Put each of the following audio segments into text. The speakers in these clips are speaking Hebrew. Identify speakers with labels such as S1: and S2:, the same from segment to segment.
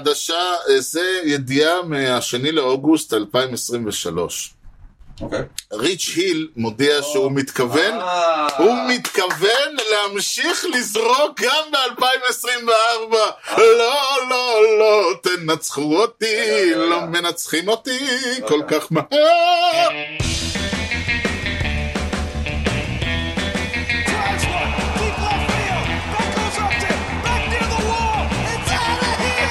S1: חדשה, אה, זה ידיעה מהשני לאוגוסט 2023.
S2: אוקיי.
S1: ריץ' היל מודיע שהוא מתכוון,
S2: אה.
S1: הוא מתכוון להמשיך לזרוק גם ב-2024. לא, לא, לא, תנצחו אותי,
S2: רגע, רגע.
S1: לא מנצחים אותי כל
S2: רגע.
S1: כך מהר.
S3: Drives one, deep left field. That goes up to, back near the wall. It's out of here.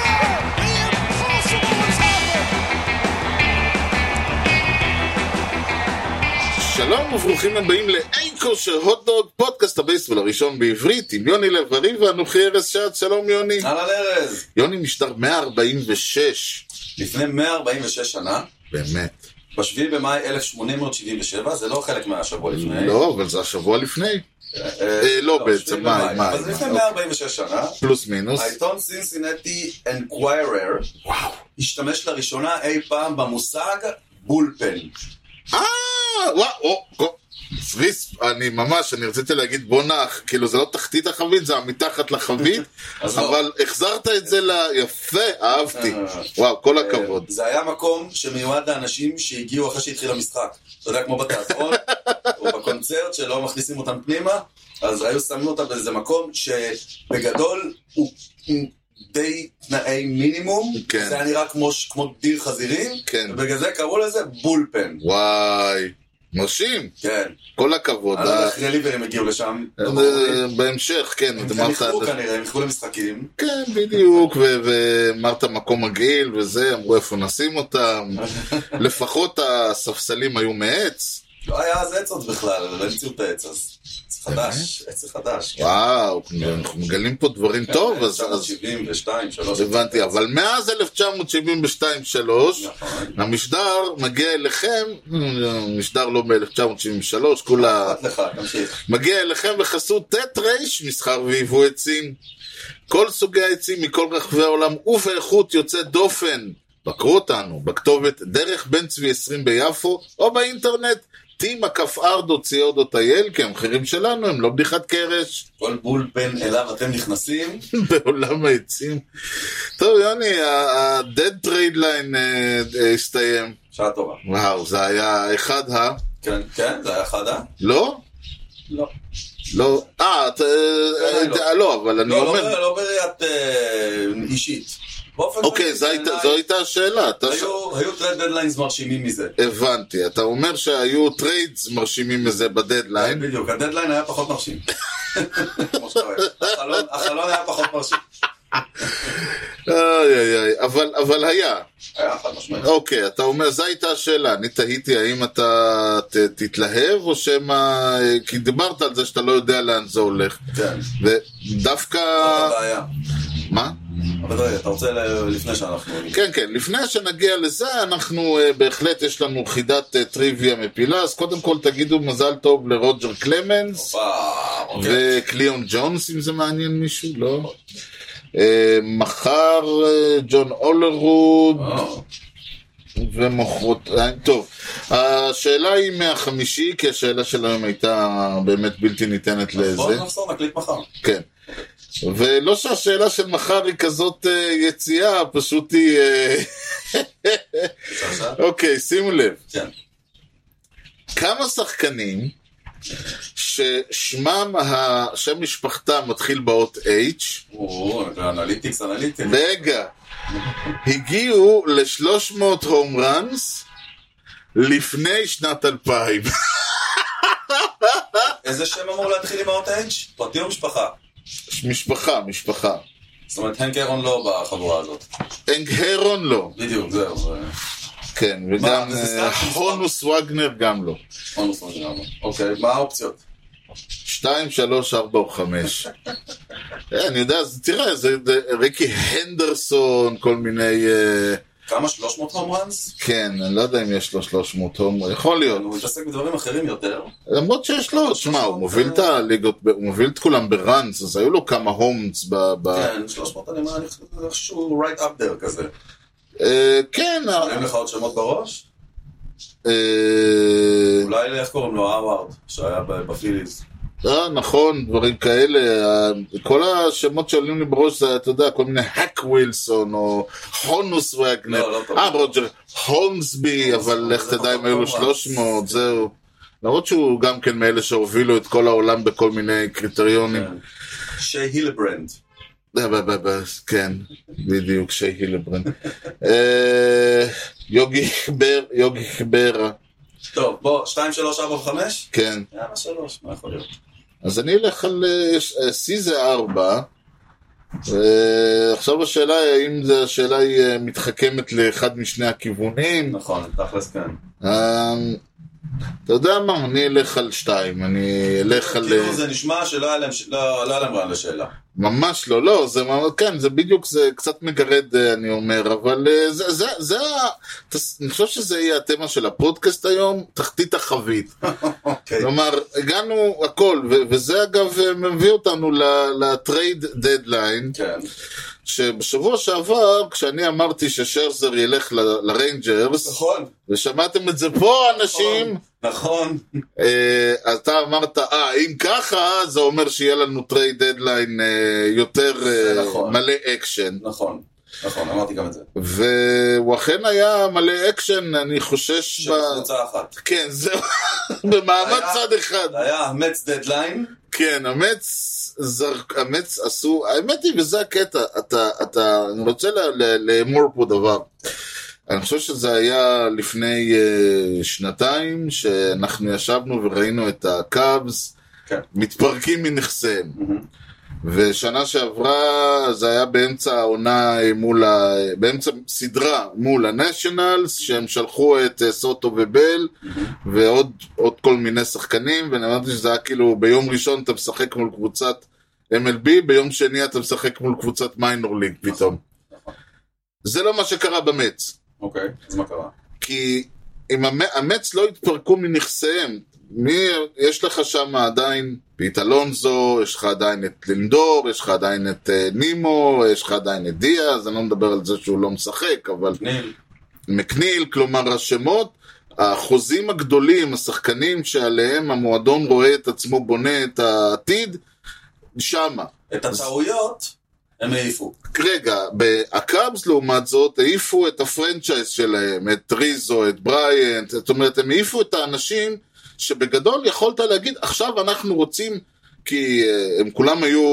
S3: The impossible has happened.
S1: שלום וברוכים הבאים לאי כושר הוטדוג, פודקאסט הבייסבול הראשון בעברית עם יוני לב-ארי ואנוכי ארז שעד, שלום יוני.
S2: אהלן ארז.
S1: יוני משדר 146,
S2: לפני 146 שנה,
S1: באמת.
S2: ב-7 במאי 1877, זה לא חלק מהשבוע לפני.
S1: לא, אבל זה השבוע לפני,
S2: אה,
S1: לא, בעצם,
S2: שבעים
S1: מאי,
S2: במאי.
S1: מאי,
S2: אז לפני
S1: מאי,
S2: 146 שנה,
S1: פלוס מינוס.
S2: העיתון סינסינטי אנקוויירר
S1: וואו.
S2: השתמש לראשונה אי פעם במושג בולפן.
S1: אה, וואו, או, סריס, אני ממש, אני רציתי להגיד בוא נח, כאילו זה לא תחתית החבית, זה המתחת לחבית,
S2: אז לא.
S1: אבל החזרת את זה ל... יפה, אהבתי.
S2: אה.
S1: וואו, כל הכבוד.
S2: זה היה מקום שמיועד לאנשים שהגיעו אחרי שהתחיל המשחק. אתה יודע, כמו בתיאטרון, או בקונצרט שלא מכניסים אותם פנימה, אז היו שמים אותם באיזה מקום שבגדול הוא עם די תנאי מינימום.
S1: כן.
S2: זה היה נראה כמו, ש- כמו דיר חזירים.
S1: כן.
S2: ובגלל זה קראו לזה בולפן.
S1: וואי, מרשים,
S2: כן.
S1: כל הכבוד.
S2: אני לא יודע איך רליברים הגיעו לשם. לא ברור לי.
S1: אה, בהמשך, כן,
S2: הם
S1: אתה
S2: הם איחרו
S1: אמרת,
S2: כנראה, הם איחרו למשחקים.
S1: כן, בדיוק, ו- ואמרת מקום מגעיל וזה, אמרו איפה נשים אותם,
S2: אה.
S1: לפחות הספסלים היו מעץ,
S2: לא היה אז עץ עוד בכלל, אבל המציאו את העץ אז. עץ חדש, עץ חדש.
S1: כן. וואו, אנחנו מגלים פה דברים טוב, אז- אז
S2: 1972, 3.
S1: הבנתי, אבל מאז 1972-3,
S2: נכון.
S1: המשדר מגיע אליכם, המשדר לא מ-1973, כולה
S2: אכפת לך, תמשיך.
S1: מגיע אליכם בחסות ט' ר' מסחר ויבוא עצים. כל סוגי העצים מכל רחבי העולם ובאיכות יוצאת דופן. בקרו אותנו בכתובת דרך בן צבי 20 ביפו או באינטרנט t.r.co.il כי המחירים שלנו הם לא בדיחת קרש
S2: כל בולפן אליו אתם נכנסים,
S1: בעולם העצים. טוב יוני, ה-dead trade line אה, אה, הסתיים.
S2: שעה טובה.
S1: וואו, זה היה אחד ה...
S2: כן, כן, זה היה אחד, אה?
S1: לא?
S2: לא.
S1: לא. אה, אתה-
S2: אה, לא.
S1: אה, לא, אבל אני
S2: לא, לא
S1: אומר...
S2: בר- לא בראיית אה, אישית. באופן
S1: אוקיי,
S2: כללי,
S1: זו הייתה-
S2: בעיניי,
S1: זו הייתה השאלה. אתה ש-
S2: היו- היו טרד דדליינס מרשימים מזה.
S1: הבנתי. אתה אומר שהיו טריידס מרשימים מזה בדדליין.
S2: בדיוק, הדדליין היה פחות מרשים. כמו שאתה אוהב. החלון- החלון היה פחות מרשים.
S1: איי, איי, איי. אבל- אבל היה.
S2: היה חד משמעית.
S1: אוקיי, אתה אומר, זו הייתה השאלה. אני תהיתי האם אתה ת- תתלהב, או שמא... אה, כי דיברת על זה שאתה לא יודע לאן זה הולך.
S2: כן,
S1: ודווקא...
S2: זאת הבעיה.
S1: מה?
S2: אבל רגע, אתה רוצה ל- לפני שאנחנו...
S1: כן, כן, לפני שנגיע לזה, אנחנו אה, בהחלט, יש לנו חידת אה, טריוויה מפילה, אז קודם כל תגידו מזל טוב לרוג'ר קלמנס,
S2: וואו, אוקיי.
S1: וקליון ג'ונס, אם זה מעניין מישהו, לא? אה, מחר אה, ג'ון אולרוד,
S2: וואו.
S1: ומוכרות... אה, טוב, השאלה היא מהחמישי, כי השאלה של היום הייתה באמת בלתי ניתנת
S2: בואו
S1: לזה.
S2: נחזור, נקליט מחר.
S1: כן. ולא שהשאלה של מחר היא כזאת אה, יציאה, פשוט היא... אה,
S2: בבקשה.
S1: אוקיי, שימו לב.
S2: כן.
S1: כמה שחקנים ששמם, ה- שם משפחתם מתחיל באות H,
S2: או, אנליטיקס, אנליטיקס.
S1: רגע, הגיעו ל-300 הום ראנס לפני שנת 2000.
S2: איזה שם אמור להתחיל עם האות H? פרטי או משפחה?
S1: משפחה, משפחה.
S2: זאת אומרת, הנק אירון לא בחבורה הזאת.
S1: אנג הרון לא,
S2: בדיוק, זהו. זה
S1: כן, וגם
S2: מה, זה
S1: אה,
S2: סתם?
S1: הונוס וגנר גם לא.
S2: אונוס מגנרנו. אוקיי, מה האופציות?
S1: 2, 3, 4 או 5. אני יודע, אז תראה, זה זה ריקי הנדרסון, כל מיני... אה,
S2: כמה? 300 הום ראנס?
S1: כן, אני לא יודע אם יש לו 300 הום, יכול להיות.
S2: הוא מתעסק בדברים אחרים יותר.
S1: למרות שיש לו, שמע, הוא מוביל את הליגות, הוא מוביל את כולם בראנס, אז היו לו כמה הומס ב... ב-
S2: כן, 300 אני אומר, אני חושב איכשהו right up there כזה.
S1: אה, כן,
S2: אין לך עוד שמות בראש?
S1: אה,
S2: אולי, איך קוראים לו? האווארד, שהיה ב- בפיליז.
S1: אה, נכון, דברים כאלה. אה, כל השמות שעולים לי בראש זה, אתה יודע, כל מיני האק ווילסון, או חונוס וגנר.
S2: לא, לא טוב.
S1: אה, רוג'ר, הולמסבי, אבל לך
S2: זה
S1: תדע אם
S2: פחות
S1: היו לו
S2: טוב,
S1: 300, זהו. למרות שהוא גם כן מאלה שהובילו את כל העולם בכל מיני קריטריונים.
S2: כן. שהילברנד.
S1: אה, ב- ב- ב- כן, בדיוק, שהילברן. אה, יוגי חבר- יוגי חברה,
S2: טוב, בוא, 2, 3, 4 ו-5?
S1: כן.
S2: יאללה, 3, מה יכול להיות?
S1: אז אני אלך על אה, ש- אה, C זה 4. עכשיו השאלה היא האם זה, השאלה היא אה, מתחכמת לאחד משני הכיוונים.
S2: נכון, תכלס כן.
S1: אה, אתה יודע מה, אני אלך על 2, אני אלך על... אה,
S2: כאילו זה נשמע שלא היה להם ש- לא- לא היה להם רעיון לשאלה.
S1: ממש לא, לא, זה ממש, כן, זה בדיוק, זה קצת מגרד, אה, אני אומר, אבל אה, זה, זה, זה, ה- תס- אני חושב שזה יהיה התמה של הפודקאסט היום, תחתית החבית.
S2: אוקיי.
S1: כלומר, הגענו הכל, ו- וזה אגב אה, מביא אותנו ל- לטרייד דדליין,
S2: כן,
S1: שבשבוע שעבר, כשאני אמרתי ששרזר ילך ל- לריינג'רס,
S2: נכון,
S1: ושמעתם את זה פה, אנשים,
S2: נכון.
S1: אה, אתה אמרת, אה, אם ככה, זה אומר שיהיה לנו טרייד דדליין אה, יותר
S2: זה
S1: אה,
S2: נכון.
S1: מלא אקשן.
S2: נכון, נכון, אמרתי גם את זה.
S1: והוא אכן היה מלא אקשן, אני חושש ב...
S2: של קבוצה אחת.
S1: כן, זהו, במעמד
S2: היה-
S1: צד אחד.
S2: זה היה המץ דדליין,
S1: כן, אמץ... זרק, אמץ עשו, האמת היא, וזה הקטע, אתה, אתה, אני רוצה ל- ל- לאמור פה דבר. אני חושב שזה היה לפני uh, שנתיים, שאנחנו ישבנו וראינו את הקאבס
S2: כן.
S1: מתפרקים מנכסיהם. ושנה שעברה זה היה באמצע העונה מול ה... באמצע סדרה מול הנשיונלס, שהם שלחו את אה, סוטו ובל ועוד עוד כל מיני שחקנים, ואני אמרתי שזה היה כאילו ביום ראשון אתה משחק מול קבוצת MLB, ביום שני אתה משחק מול קבוצת מיינור ליג פתאום. זה לא מה שקרה במץ,
S2: אוקיי, אז מה קרה?
S1: כי אם המ- המץ לא התפרקו מנכסיהם, מי, יש לך שם עדיין פית אלונזו, יש לך עדיין את לינדור, יש לך עדיין את אה, נימו, יש לך עדיין את דיאז, אני לא מדבר על זה שהוא לא משחק, אבל
S2: ניל,
S1: מקניל, כלומר השמות, החוזים הגדולים, השחקנים שעליהם המועדון רואה את עצמו בונה את העתיד, שמה.
S2: את הטעויות הם העיפו.
S1: רגע, הקאבס לעומת זאת העיפו את הפרנצ'ייז שלהם, את ריזו, את בריאנט, זאת אומרת הם העיפו את האנשים שבגדול יכולת להגיד עכשיו אנחנו רוצים, כי אה, הם כולם היו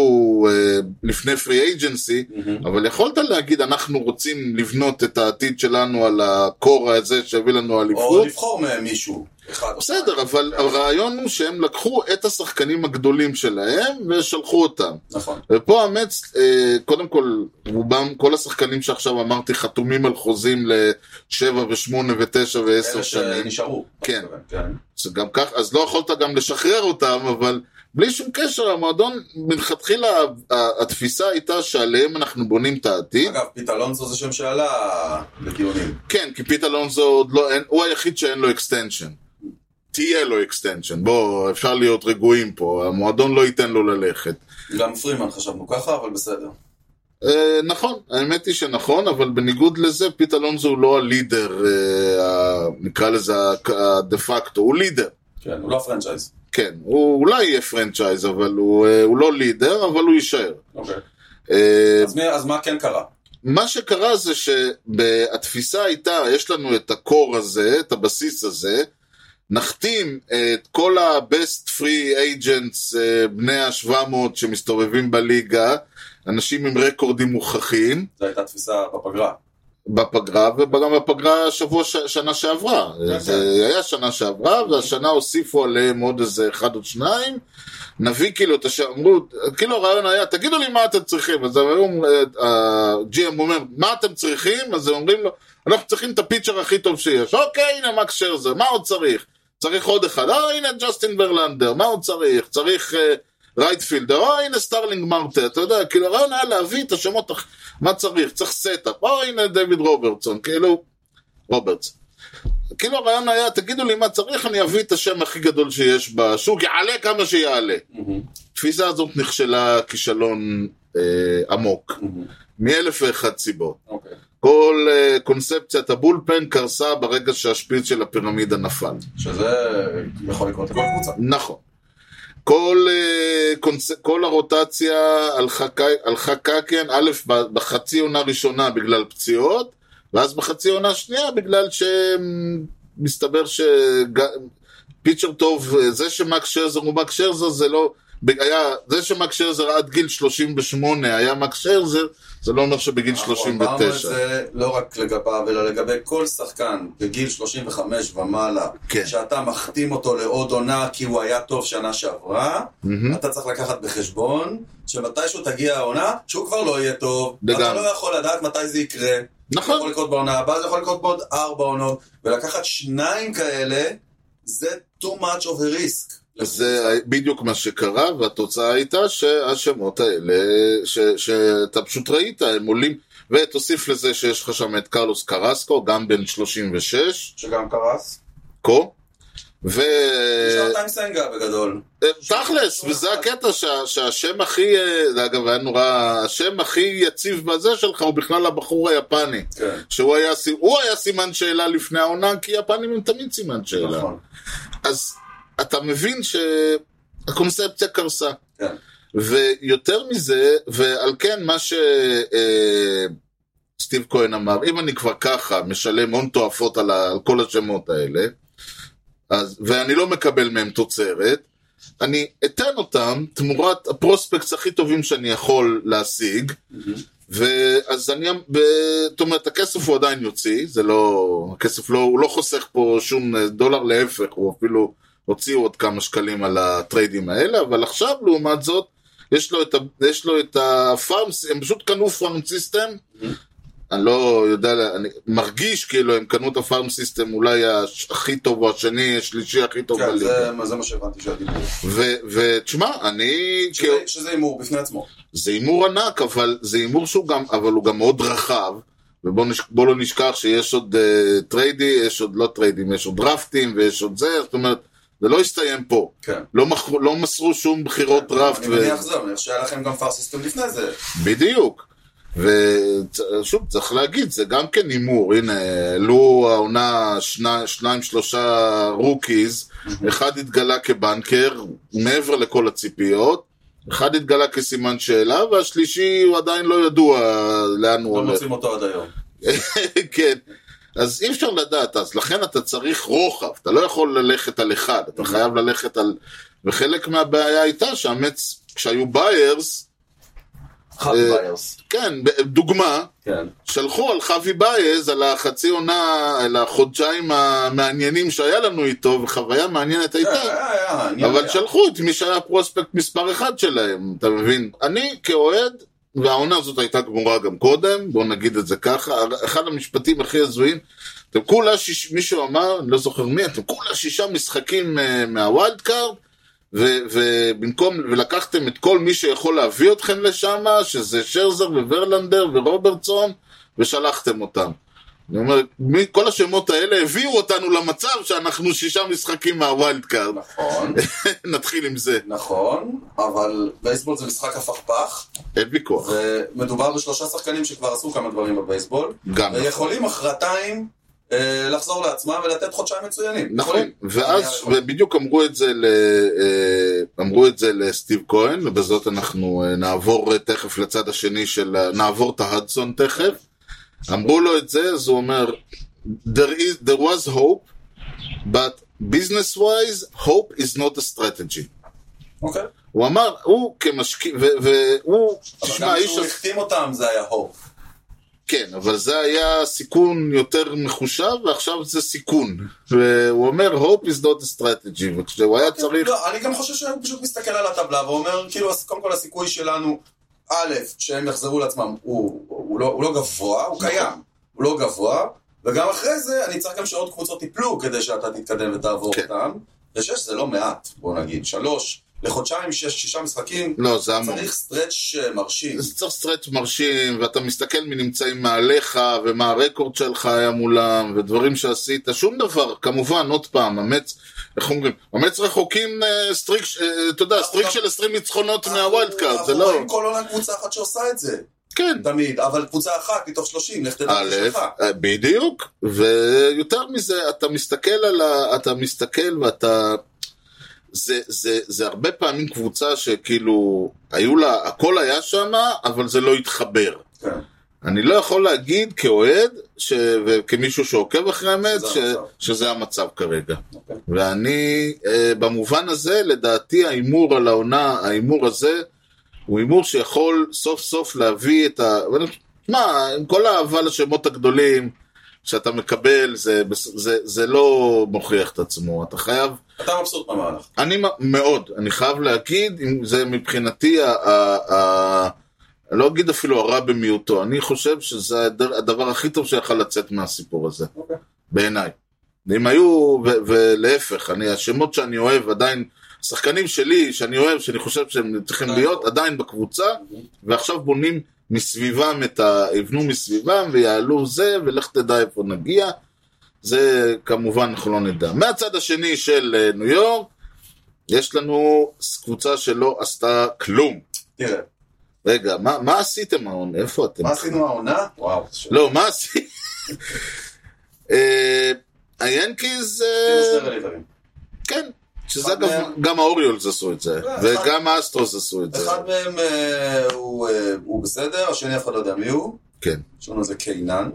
S1: אה, לפני פרי אייג'נסי, אבל יכולת להגיד אנחנו רוצים לבנות את העתיד שלנו על הקור הזה שהביא לנו
S2: או
S1: אליפות.
S2: לבחור מהם מישהו. אחד או שניים.
S1: בסדר, אבל הרעיון הוא שהם לקחו את השחקנים הגדולים שלהם ושלחו אותם.
S2: נכון.
S1: ופה המץ, אה, קודם כל, רובם, כל השחקנים שעכשיו אמרתי חתומים על חוזים לשבע ושמונה ותשע ועשר
S2: אלה
S1: שנים.
S2: שנשארו.
S1: כן.
S2: כן.
S1: זה גם כך, אז לא יכולת גם לשחרר אותם, אבל בלי שום קשר, המועדון, מלכתחילה ה- ה- התפיסה הייתה שעליהם אנחנו בונים את העתיד.
S2: אגב, פיט אלונסו זה שם שעלה בדיונים.
S1: כן, כי פיט אלונזו עוד לא, אין, הוא היחיד שאין לו אקסטנשן. תהיה לו אקסטנשן, בוא, אפשר להיות רגועים פה, המועדון לא ייתן לו ללכת.
S2: גם פרימן חשבנו ככה, אבל בסדר.
S1: אה, נכון, האמת היא שנכון, אבל בניגוד לזה, פיט אלונזו הוא לא הלידר, אה, ה- נקרא לזה הק- הדה פקטו, הוא לידר.
S2: כן, הוא לא הפרנצ'ייז.
S1: כן, הוא אולי יהיה פרנצ'ייז, אבל הוא, אה, הוא לא לידר, אבל הוא יישאר.
S2: אוקיי.
S1: אה,
S2: אז מי- אז מה כן קרה?
S1: מה שקרה זה שהתפיסה הייתה, יש לנו את הקור הזה, את הבסיס הזה, נחתים את כל ה-best free agents אה, בני ה-700 שמסתובבים בליגה, אנשים עם רקורדים מוכחים.
S2: זו הייתה תפיסה בפגרה.
S1: בפגרה, וגם בפגרה שבוע, ש... שנה שעברה.
S2: כן,
S1: זה היה שנה שעברה, והשנה הוסיפו עליהם עוד איזה אחד או שניים. נביא כאילו את השם, אמרו, כאילו הרעיון היה, תגידו לי מה אתם צריכים. אז היום הג'י.אם אומר, מה אתם צריכים? אז הם אומרים לו, אנחנו צריכים את הפיצ'ר הכי טוב שיש. אוקיי, הנה מקס שרזר, מה עוד צריך? צריך עוד אחד, אה, הנה ג'סטין ברלנדר, מה עוד צריך? צריך אה, רייטפילדר, אה, הנה סטארלינג מרטה, אתה יודע, כאילו הרעיון היה להביא את השמות, הכ- מה צריך? צריך סטאפ, אה, הנה דיוויד רוברטסון, כאילו, רוברטס. כאילו הרעיון היה, תגידו לי מה צריך, אני אביא את השם הכי גדול שיש בשוק, יעלה כמה שיעלה. התפיסה הזאת נכשלה כישלון אה, עמוק, מאלף ואחת סיבות.
S2: אוקיי.
S1: כל אה, קונספציית הבולפן קרסה ברגע שהשפיץ של הפירמידה נפל.
S2: שזה יכול לקרות לכל קבוצה.
S1: נכון. כל, אה, קונס... כל הרוטציה הלכה ק- הלכה קקן, א', ב- בחצי עונה ראשונה בגלל פציעות, ואז בחצי עונה שנייה בגלל שמסתבר שפיצ'ר טוב, אה, זה שמקס שרזר הוא מקס שרזר זה לא... ב- היה, זה שמקס שרזר עד גיל 38 היה מקס שרזר, זה לא אומר שבגיל
S2: אנחנו נכון, אמרנו את
S1: 39.
S2: זה לא רק לגביו, אלא לגבי כל שחקן בגיל 35 ומעלה,
S1: כן.
S2: שאתה מחתים אותו לעוד עונה כי הוא היה טוב שנה שעברה,
S1: מהמם.
S2: אתה צריך לקחת בחשבון שמתישהו תגיע העונה, שהוא כבר לא יהיה טוב. אתה
S1: לגמרי.
S2: לא יכול לדעת מתי זה יקרה. זה
S1: נכון.
S2: יכול לקרות בעונה הבאה, זה יכול לקרות בעוד ארבע עונות, ולקחת שניים כאלה, זה too much of a risk.
S1: זה בדיוק מה שקרה, והתוצאה הייתה שהשמות האלה, ש, שאתה פשוט ראית, הם עולים, ותוסיף לזה שיש לך שם את קרלוס קרסקו, גם בן 36,
S2: שגם קרס.
S1: כה, ו... אה,
S2: יש לו טיים סנגה בגדול.
S1: תכלס, וזה הקטע שה, שהשם הכי, אה, זה אגב היה נורא, השם הכי יציב בזה שלך הוא בכלל הבחור היפני,
S2: כן,
S1: שהוא היה, סי- הוא היה סימן שאלה לפני העונה, כי יפנים הם תמיד סימן שאלה.
S2: נכון.
S1: אז אתה מבין שהקונספציה קרסה.
S2: כן.
S1: ויותר מזה, ועל כן מה שסטיב כהן אמר, אם אני כבר ככה משלם הון תועפות על, ה- על כל השמות האלה, אז, ואני לא מקבל מהם תוצרת, אני אתן אותם תמורת הפרוספקטס הכי טובים שאני יכול להשיג, ואז אני, ו- זאת אומרת, הכסף הוא עדיין יוציא, זה לא, הכסף לא, הוא לא חוסך פה שום אה, דולר, להפך, הוא אפילו הוציא עוד כמה שקלים על הטריידים האלה, אבל עכשיו, לעומת זאת, יש לו את, ה- יש לו את הפארם, הם פשוט קנו פארם סיסטם,
S2: Mm-hmm.
S1: אני לא יודע, אני מרגיש כאילו הם קנו את הפארם סיסטם אולי הש- הכי טוב, או השני, השלישי הכי טוב
S2: כן,
S1: בליגה.
S2: זה- זה מה שהבנתי שהדיבור.
S1: ו- ותשמע, אני...
S2: שזה- שזה הימור בפני עצמו.
S1: זה הימור ענק, אבל זה הימור שהוא גם, אבל הוא גם מאוד רחב, ובוא נש, בוא לא נשכח שיש עוד uh, טריידי, יש עוד לא טריידים, יש עוד דרפטים ויש עוד זה, זאת אומרת, זה לא הסתיים פה.
S2: כן.
S1: לא, מח, לא מסרו שום בחירות דראפט.
S2: אני מניח זה, אני מניח שהיה לכם גם פאר סיסטם לפני זה.
S1: בדיוק. ושוב, צריך להגיד, זה גם כן הימור, הנה, העלו העונה שני, שניים שלושה רוקיז, אחד התגלה כבנקר, מעבר לכל הציפיות, אחד התגלה כסימן שאלה, והשלישי הוא עדיין לא ידוע לאן הוא
S2: לא
S1: הולך.
S2: מוצאים אותו עד היום.
S1: כן. אז אי אפשר לדעת, אז לכן אתה צריך רוחב, אתה לא יכול ללכת על אחד, אתה חייב ללכת על... וחלק מהבעיה הייתה שהמץ, כשהיו ביירס,
S2: חאפ
S1: אה,
S2: ביירס.
S1: כן, ב- דוגמה,
S2: כן.
S1: שלחו על חווי בייז, על החצי עונה, על החודשיים המעניינים שהיה לנו איתו, וחוויה מעניינת הייתה,
S2: היה, היה, אה, אני
S1: אבל
S2: יודע.
S1: שלחו את מי שהיה פרוספקט מספר אחד שלהם, אתה מבין? אני כאוהד, והעונה הזאת הייתה גמורה גם קודם, בואו נגיד את זה ככה, אחד המשפטים הכי הזויים, אתם כולה, שיש, מישהו אמר, אני לא זוכר מי, אתם כולה שישה משחקים אה, מהווילד קארד, ו- ובמקום, ולקחתם את כל מי שיכול להביא אתכם לשם, שזה שרזר וורלנדר ורוברטסון, ושלחתם אותם. אני אומר, מי, כל השמות האלה הביאו אותנו למצב שאנחנו שישה משחקים מהווילד קארד.
S2: נכון,
S1: נתחיל עם זה,
S2: נכון, אבל בייסבול זה משחק הפכפך,
S1: אין ויכוח.
S2: ומדובר בשלושה שחקנים שכבר עשו כמה דברים בבייסבול,
S1: גם נכון.
S2: ויכולים אחרתיים אה, לחזור לעצמם ולתת חודשיים מצוינים.
S1: נכון,
S2: יכולים.
S1: ואז,
S2: אני יכול.
S1: ובדיוק אמרו את זה ל... אה, אמרו את זה לסטיב כהן, ובזאת אנחנו אה, נעבור אה, תכף לצד השני של... ה- נעבור את ההדסון תכף. אמרו לו את זה, אז הוא אומר, there, is, there was hope, but business wise, hope is not a strategy.
S2: אוקיי.
S1: הוא אמר, הוא כמשקיע, ו- והוא,
S2: אבל
S1: תשמע,
S2: גם
S1: האיש
S2: כשהוא
S1: הזה-
S2: החתים אותם זה היה הופ.
S1: כן, אבל זה היה סיכון יותר מחושב, ועכשיו זה סיכון. והוא אומר, hope is not a strategy, וכשהוא היה צריך...
S2: לא, אני גם חושב שהוא פשוט מסתכל על הטבלה ואומר, כאילו, אז קודם כל הסיכוי שלנו, א', שהם יחזרו לעצמם, הוא, הוא, לא, הוא לא גבוה, הוא
S1: נכון.
S2: קיים, הוא לא גבוה, וגם אחרי זה אני צריך גם שעוד קבוצות ייפלו כדי שאתה תתקדם ותעבור
S1: כן.
S2: אותם. ושש זה לא מעט, בוא נגיד. שלוש, לחודשיים, שש, שישה משחקים,
S1: לא, זה המון.
S2: צריך סטרץ' מרשים.
S1: זה צריך סטרץ' מרשים, ואתה מסתכל מי נמצאים מעליך, ומה הרקורד שלך היה מולם, ודברים שעשית, שום דבר, כמובן, עוד פעם, המץ, איך אומרים, המץ רחוקים אה, סטריק, ש- אה, אתה יודע, סטריק של 20 ניצחונות מהווילד קארד, זה
S2: אנחנו
S1: לא...
S2: רואים כל עונה קבוצה אחת שעושה את זה,
S1: כן,
S2: תמיד, אבל קבוצה אחת מתוך שלושים, לך תדע מי
S1: א', אה,
S2: שלך.
S1: בדיוק, ויותר מזה, אתה מסתכל על ה... אתה מסתכל ואתה... זה, זה, זה הרבה פעמים קבוצה שכאילו, היו לה, הכל היה שם, אבל זה לא התחבר.
S2: כן.
S1: אני לא יכול להגיד כאוהד, ש... וכמישהו שעוקב אחרי האמת,
S2: זה
S1: ש...
S2: המצב.
S1: שזה המצב כרגע.
S2: אוקיי.
S1: ואני, אה, במובן הזה, לדעתי ההימור על העונה, ההימור הזה, הוא הימור שיכול סוף סוף להביא את ה... אבל, מה, עם כל האהבה לשמות הגדולים שאתה מקבל, זה, זה, זה לא מוכיח את עצמו. אתה חייב
S2: אתה מבסוט מהמהלך.
S1: אני מ- מאוד, אני חייב להגיד, אם זה מבחינתי, ה- ה- ה- אני לא אגיד אפילו הרע במיעוטו, אני חושב שזה הד- הדבר הכי טוב שיכל לצאת מהסיפור הזה,
S2: אוקיי.
S1: בעיניי. אם היו, ו- ולהפך, אני, השמות שאני אוהב עדיין, שחקנים שלי, שאני אוהב, שאני חושב שהם צריכים
S2: עדיין
S1: להיות,
S2: פה.
S1: עדיין בקבוצה, ועכשיו בונים מסביבם את ה... יבנו מסביבם ויעלו זה, ולך תדע איפה נגיע. זה כמובן אנחנו לא נדע. מהצד השני של אה, ניו יורק, יש לנו קבוצה שלא עשתה כלום.
S2: תראה,
S1: רגע, מה, מה עשיתם ההון? איפה אתם?
S2: מה עשינו העונה? וואו.
S1: לא, מה עשיתם? אה, היאנקיז... אה,
S2: עשינו שני רליברים.
S1: כן. שזה
S2: אחד
S1: אגב,
S2: מהם- לא,
S1: גם האוריולס עשו את זה,
S2: אחד-
S1: וגם האסטרוס עשו את זה.
S2: אחד מהם אה, הוא, אה, הוא בסדר, השני אף אחד לא יודע מי הוא.
S1: כן.
S2: יש לנו איזה קיינן.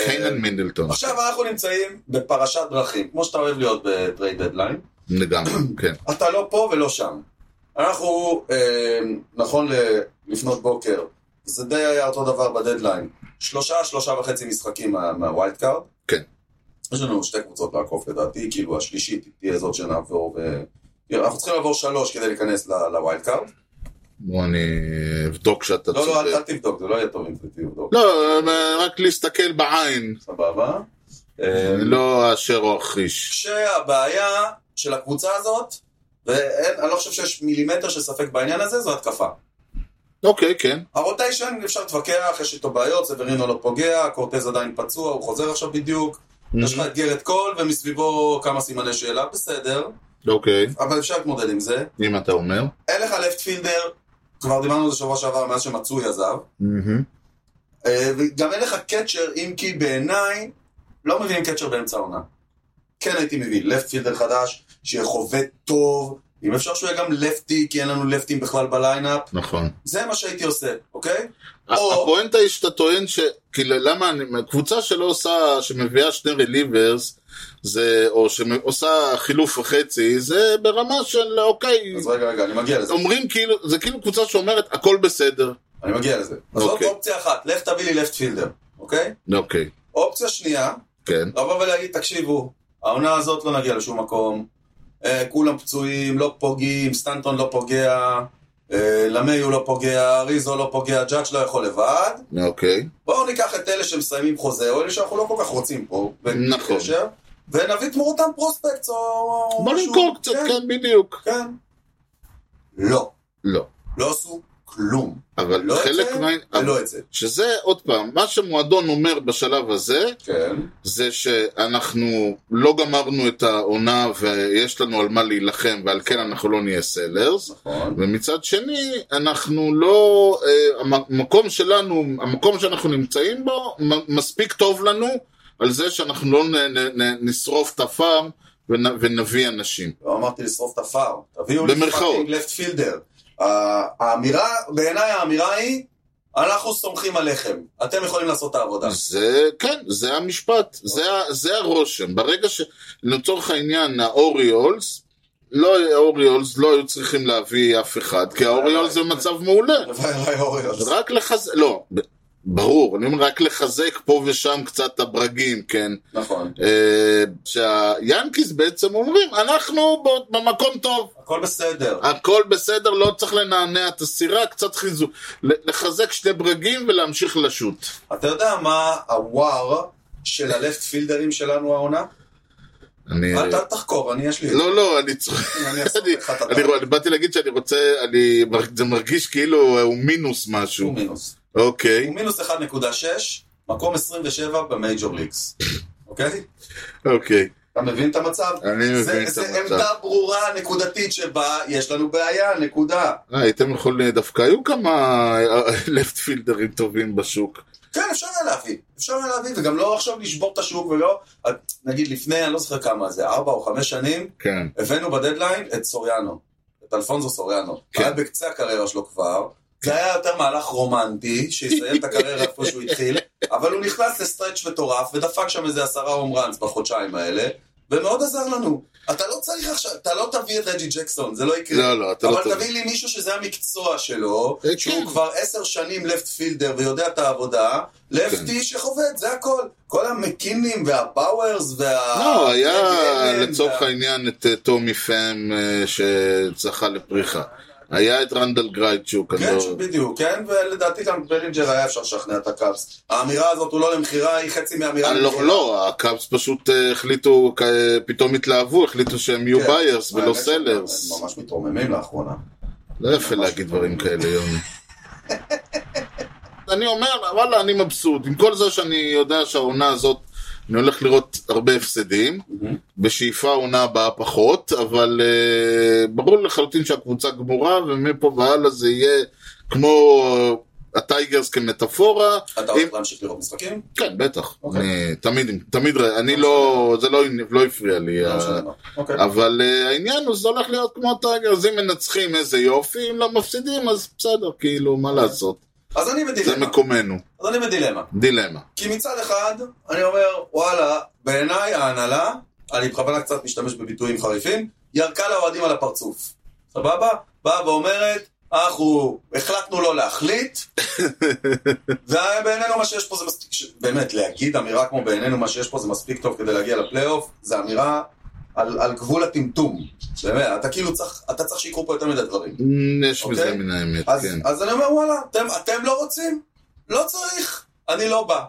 S2: אה,
S1: קיינן מינדלטון,
S2: עכשיו אנחנו נמצאים בפרשת דרכים, כמו שאתה אוהב להיות בטרייד דדליין.
S1: לגמרי, כן.
S2: אתה לא פה ולא שם. אנחנו, אה, נכון ל- לפנות בוקר, זה די היה אותו דבר בדדליין. שלושה, שלושה וחצי משחקים מה- מהווייד קארד.
S1: כן.
S2: יש לנו שתי קבוצות לעקוף לדעתי, כאילו השלישית תהיה זאת שנעבור, ו... אנחנו צריכים לעבור שלוש כדי להיכנס ל- לווייד קארד.
S1: בוא אני אבדוק שאתה
S2: לא,
S1: צודק.
S2: לא, אל אל תבדוק, זה לא יהיה טוב אם זה תבדוק.
S1: לא, רק להסתכל בעין,
S2: סבבה. אה,
S1: לא אשר או אחיש.
S2: כשהבעיה של הקבוצה הזאת, ואני לא חושב שיש מילימטר של ספק בעניין הזה, זו התקפה.
S1: אוקיי, כן.
S2: הרוטיישן, אפשר להתווכח, יש איתו בעיות, סברינו לא פוגע, קורטז עדיין פצוע, הוא חוזר עכשיו בדיוק. יש לך את גרד קול, ומסביבו כמה סימני שאלה, בסדר,
S1: אוקיי,
S2: אבל אפשר להתמודד עם זה.
S1: אם אתה אומר.
S2: אין לך לפט פילדר, כבר דיברנו על זה שבוע שעבר, מאז שמצוי עזב. אה, וגם אין לך קצ'ר, אם כי בעיניי לא מביאים קצ'ר באמצע העונה. כן הייתי מביא לפט פילדר חדש, שיהיה חובט טוב, אם אפשר שהוא יהיה גם לפטי, כי אין לנו לפטים בכלל בליינאפ,
S1: נכון.
S2: זה מה שהייתי עושה, אוקיי? או-
S1: אה, הפואנטה היא שאתה טוען ש... כאילו, למה אני... קבוצה שלא עושה, שמביאה שני רליברס, זה... או שעושה חילוף וחצי, זה ברמה של אוקיי.
S2: אז רגע, רגע, אני מגיע לזה.
S1: אומרים כאילו, זה כאילו קבוצה שאומרת הכל בסדר.
S2: אני מגיע לזה. אז זאת
S1: אוקיי.
S2: אופציה אחת, לך תביא לי לפט פילדר, אוקיי?
S1: אוקיי,
S2: אופציה שנייה,
S1: כן.
S2: לבוא ולהגיד, תקשיבו, העונה הזאת לא נגיע לשום מקום, אה, כולם פצועים, לא פוגעים, סטנטון לא פוגע, אה, למיו לא פוגע, ריזו לא פוגע, ג'אדג' לא יכול לבד.
S1: אוקיי.
S2: בואו ניקח את אלה שמסיימים חוזה, או אלה שאנחנו לא כל כך רוצים פה,
S1: נכון.
S2: בקשר, ונביא תמורתם פרוספקט או...
S1: בוא
S2: משהו.
S1: נמכור קצת, כן, בדיוק.
S2: כן. לא,
S1: לא.
S2: לא עשו כלום.
S1: אבל
S2: לא את
S1: חלק
S2: זה
S1: מה...
S2: ולא את זה.
S1: שזה, עוד פעם, מה שמועדון אומר בשלב הזה,
S2: כן.
S1: זה שאנחנו לא גמרנו את העונה ויש לנו על מה להילחם ועל כן אנחנו לא נהיה סלרס
S2: נכון.
S1: ומצד שני אנחנו לא, אה, המ- המקום שלנו, המקום שאנחנו נמצאים בו מ- מספיק טוב לנו על זה שאנחנו לא נ, נ, נ, נשרוף את הפארם ונ- ונביא אנשים.
S2: לא אמרתי לשרוף את הפאר, תביאו לי
S1: במרכאות.
S2: פאקינג לפט פילדר. ה- האמירה, בעיניי האמירה היא, אנחנו סומכים עליכם, אתם יכולים לעשות את העבודה.
S1: זה, כן, זה המשפט, זה, ה- זה הרושם. ברגע ש... לצורך העניין, האוריולס, לא, האוריולס לא היו צריכים להביא אף אחד, כי האוריולס זה מצב מעולה.
S2: הלוואי עליי אוריולס.
S1: רק לחזק, לא, ב- ברור, אני אומר רק לחזק פה ושם קצת את הברגים, כן?
S2: נכון,
S1: אה, שהיאנקיס בעצם אומרים, אנחנו ב- במקום טוב,
S2: הכל בסדר.
S1: הכל בסדר, לא צריך לנענע את הסירה, קצת חיזוק, ל- לחזק שני ברגים ולהמשיך לשוט.
S2: אתה יודע מה הוואר של הלפט פילדרים שלנו העונה?
S1: אני...
S2: אתה תחקור, אני יש לי...
S1: אה. לא, לא, אני צוחק.
S2: אני אעשה
S1: אני-
S2: לך את
S1: אני
S2: הדבר.
S1: רוא- אני באתי להגיד שאני רוצה, אני, זה מרגיש כאילו הוא מינוס
S2: הוא
S1: משהו.
S2: מינוס.
S1: אוקיי,
S2: הוא מינוס 1.6, מקום 27 במייג'ור ליקס. אוקיי?
S1: אוקיי.
S2: אתה מבין את המצב?
S1: אני מבין
S2: זה
S1: את
S2: זה
S1: המצב.
S2: עמדה ברורה, נקודתית, שבה יש לנו בעיה, נקודה.
S1: אה, הייתם יכולים, דווקא היו כמה לפט פילדרים אה, טובים בשוק.
S2: כן, אפשר היה להביא. אפשר היה להביא, וגם לא עכשיו לשבור את השוק ולא... אה, נגיד לפני, אני לא זוכר כמה זה, ארבע או חמש שנים,
S1: כן.
S2: הבאנו בדדליין את סוריאנו. את אלפונזו סוריאנו.
S1: כן.
S2: היה בקצה הקריירה שלו כבר. זה היה יותר מהלך רומנטי, שיסיים את הקריירה איפה שהוא התחיל, אבל הוא נכנס לסטרץ' מטורף, ודפק שם איזה עשרה הום ראנס בחודשיים האלה, ומאוד עזר לנו. אתה לא צריך עכשיו, אתה לא תביא את רג'י ג'קסון, זה לא יקרה.
S1: לא, לא, אתה לא
S2: אבל תביא לי מישהו שזה המקצוע שלו,
S1: אה, כן.
S2: שהוא כבר עשר שנים לפט פילדר ויודע את העבודה,
S1: כן.
S2: לפטי שחובט, זה הכל. כל המקינים והפאוורס וה...
S1: לא, היה
S2: והגלן
S1: לצורך
S2: וה- כן,
S1: העניין את אה, טומי פאם אה, שזכה לפריחה. היה את רנדל גרייצ'וק, אני
S2: כן,
S1: לא-
S2: ש- בדיוק, כן, ולדעתי גם ברינג'ר היה אפשר לשכנע את הקאפס. האמירה הזאת הוא לא למכירה, היא חצי מהאמירה.
S1: אני לא,
S2: למכירה.
S1: לא, הקאבס פשוט אה, החליטו, כ- פתאום התלהבו, החליטו שהם יהיו
S2: כן.
S1: ביירס ולא
S2: האמת שהם
S1: לא סלרס.
S2: ממש מתרוממים לאחרונה.
S1: לא יפה להגיד דברים כאלה, יוני. אני אומר, וואלה, אני מבסוט. עם כל זה שאני יודע שהעונה הזאת, אני הולך לראות הרבה הפסדים. בשאיפה העונה הבאה פחות, אבל אה, ברור לחלוטין שהקבוצה גמורה, ומפה והלאה זה יהיה כמו אה, הטייגרס כמטאפורה.
S2: אתה
S1: אם-
S2: הולך להמשיך לראות משחקים?
S1: כן, בטח.
S2: אוקיי.
S1: אני תמיד, תמיד, ר- אני לא, זה לא לא הפריע לי.
S2: לא
S1: ה-
S2: משנה מה. אוקיי.
S1: אבל אה, העניין הוא, זה הולך להיות כמו הטייגרס, אם מנצחים איזה יופי, אם לא מפסידים, אז בסדר, כאילו, מה לעשות?
S2: אז אני
S1: זה
S2: בדילמה.
S1: מקומנו,
S2: אז אני בדילמה.
S1: דילמה.
S2: כי מצד אחד, אני אומר, וואלה, בעיניי ההנהלה, אני בכוונה קצת משתמש בביטויים חריפים, ירקה לאוהדים על הפרצוף. סבבה? באה ואומרת, אנחנו החלטנו לא להחליט, ובעינינו מה שיש פה זה מספיק, ש- באמת, להגיד אמירה כמו בעינינו מה שיש פה זה מספיק טוב כדי להגיע לפלייאוף, זה אמירה על, על גבול הטמטום. באמת, אתה כאילו צריך, אתה צריך שיקרו פה יותר מדי דברים.
S1: אמ, יש
S2: אוקיי.
S1: מזה מן האמת,
S2: אז,
S1: כן.
S2: אז אני אומר, וואלה, אתם, אתם לא רוצים? לא צריך, אני לא בא.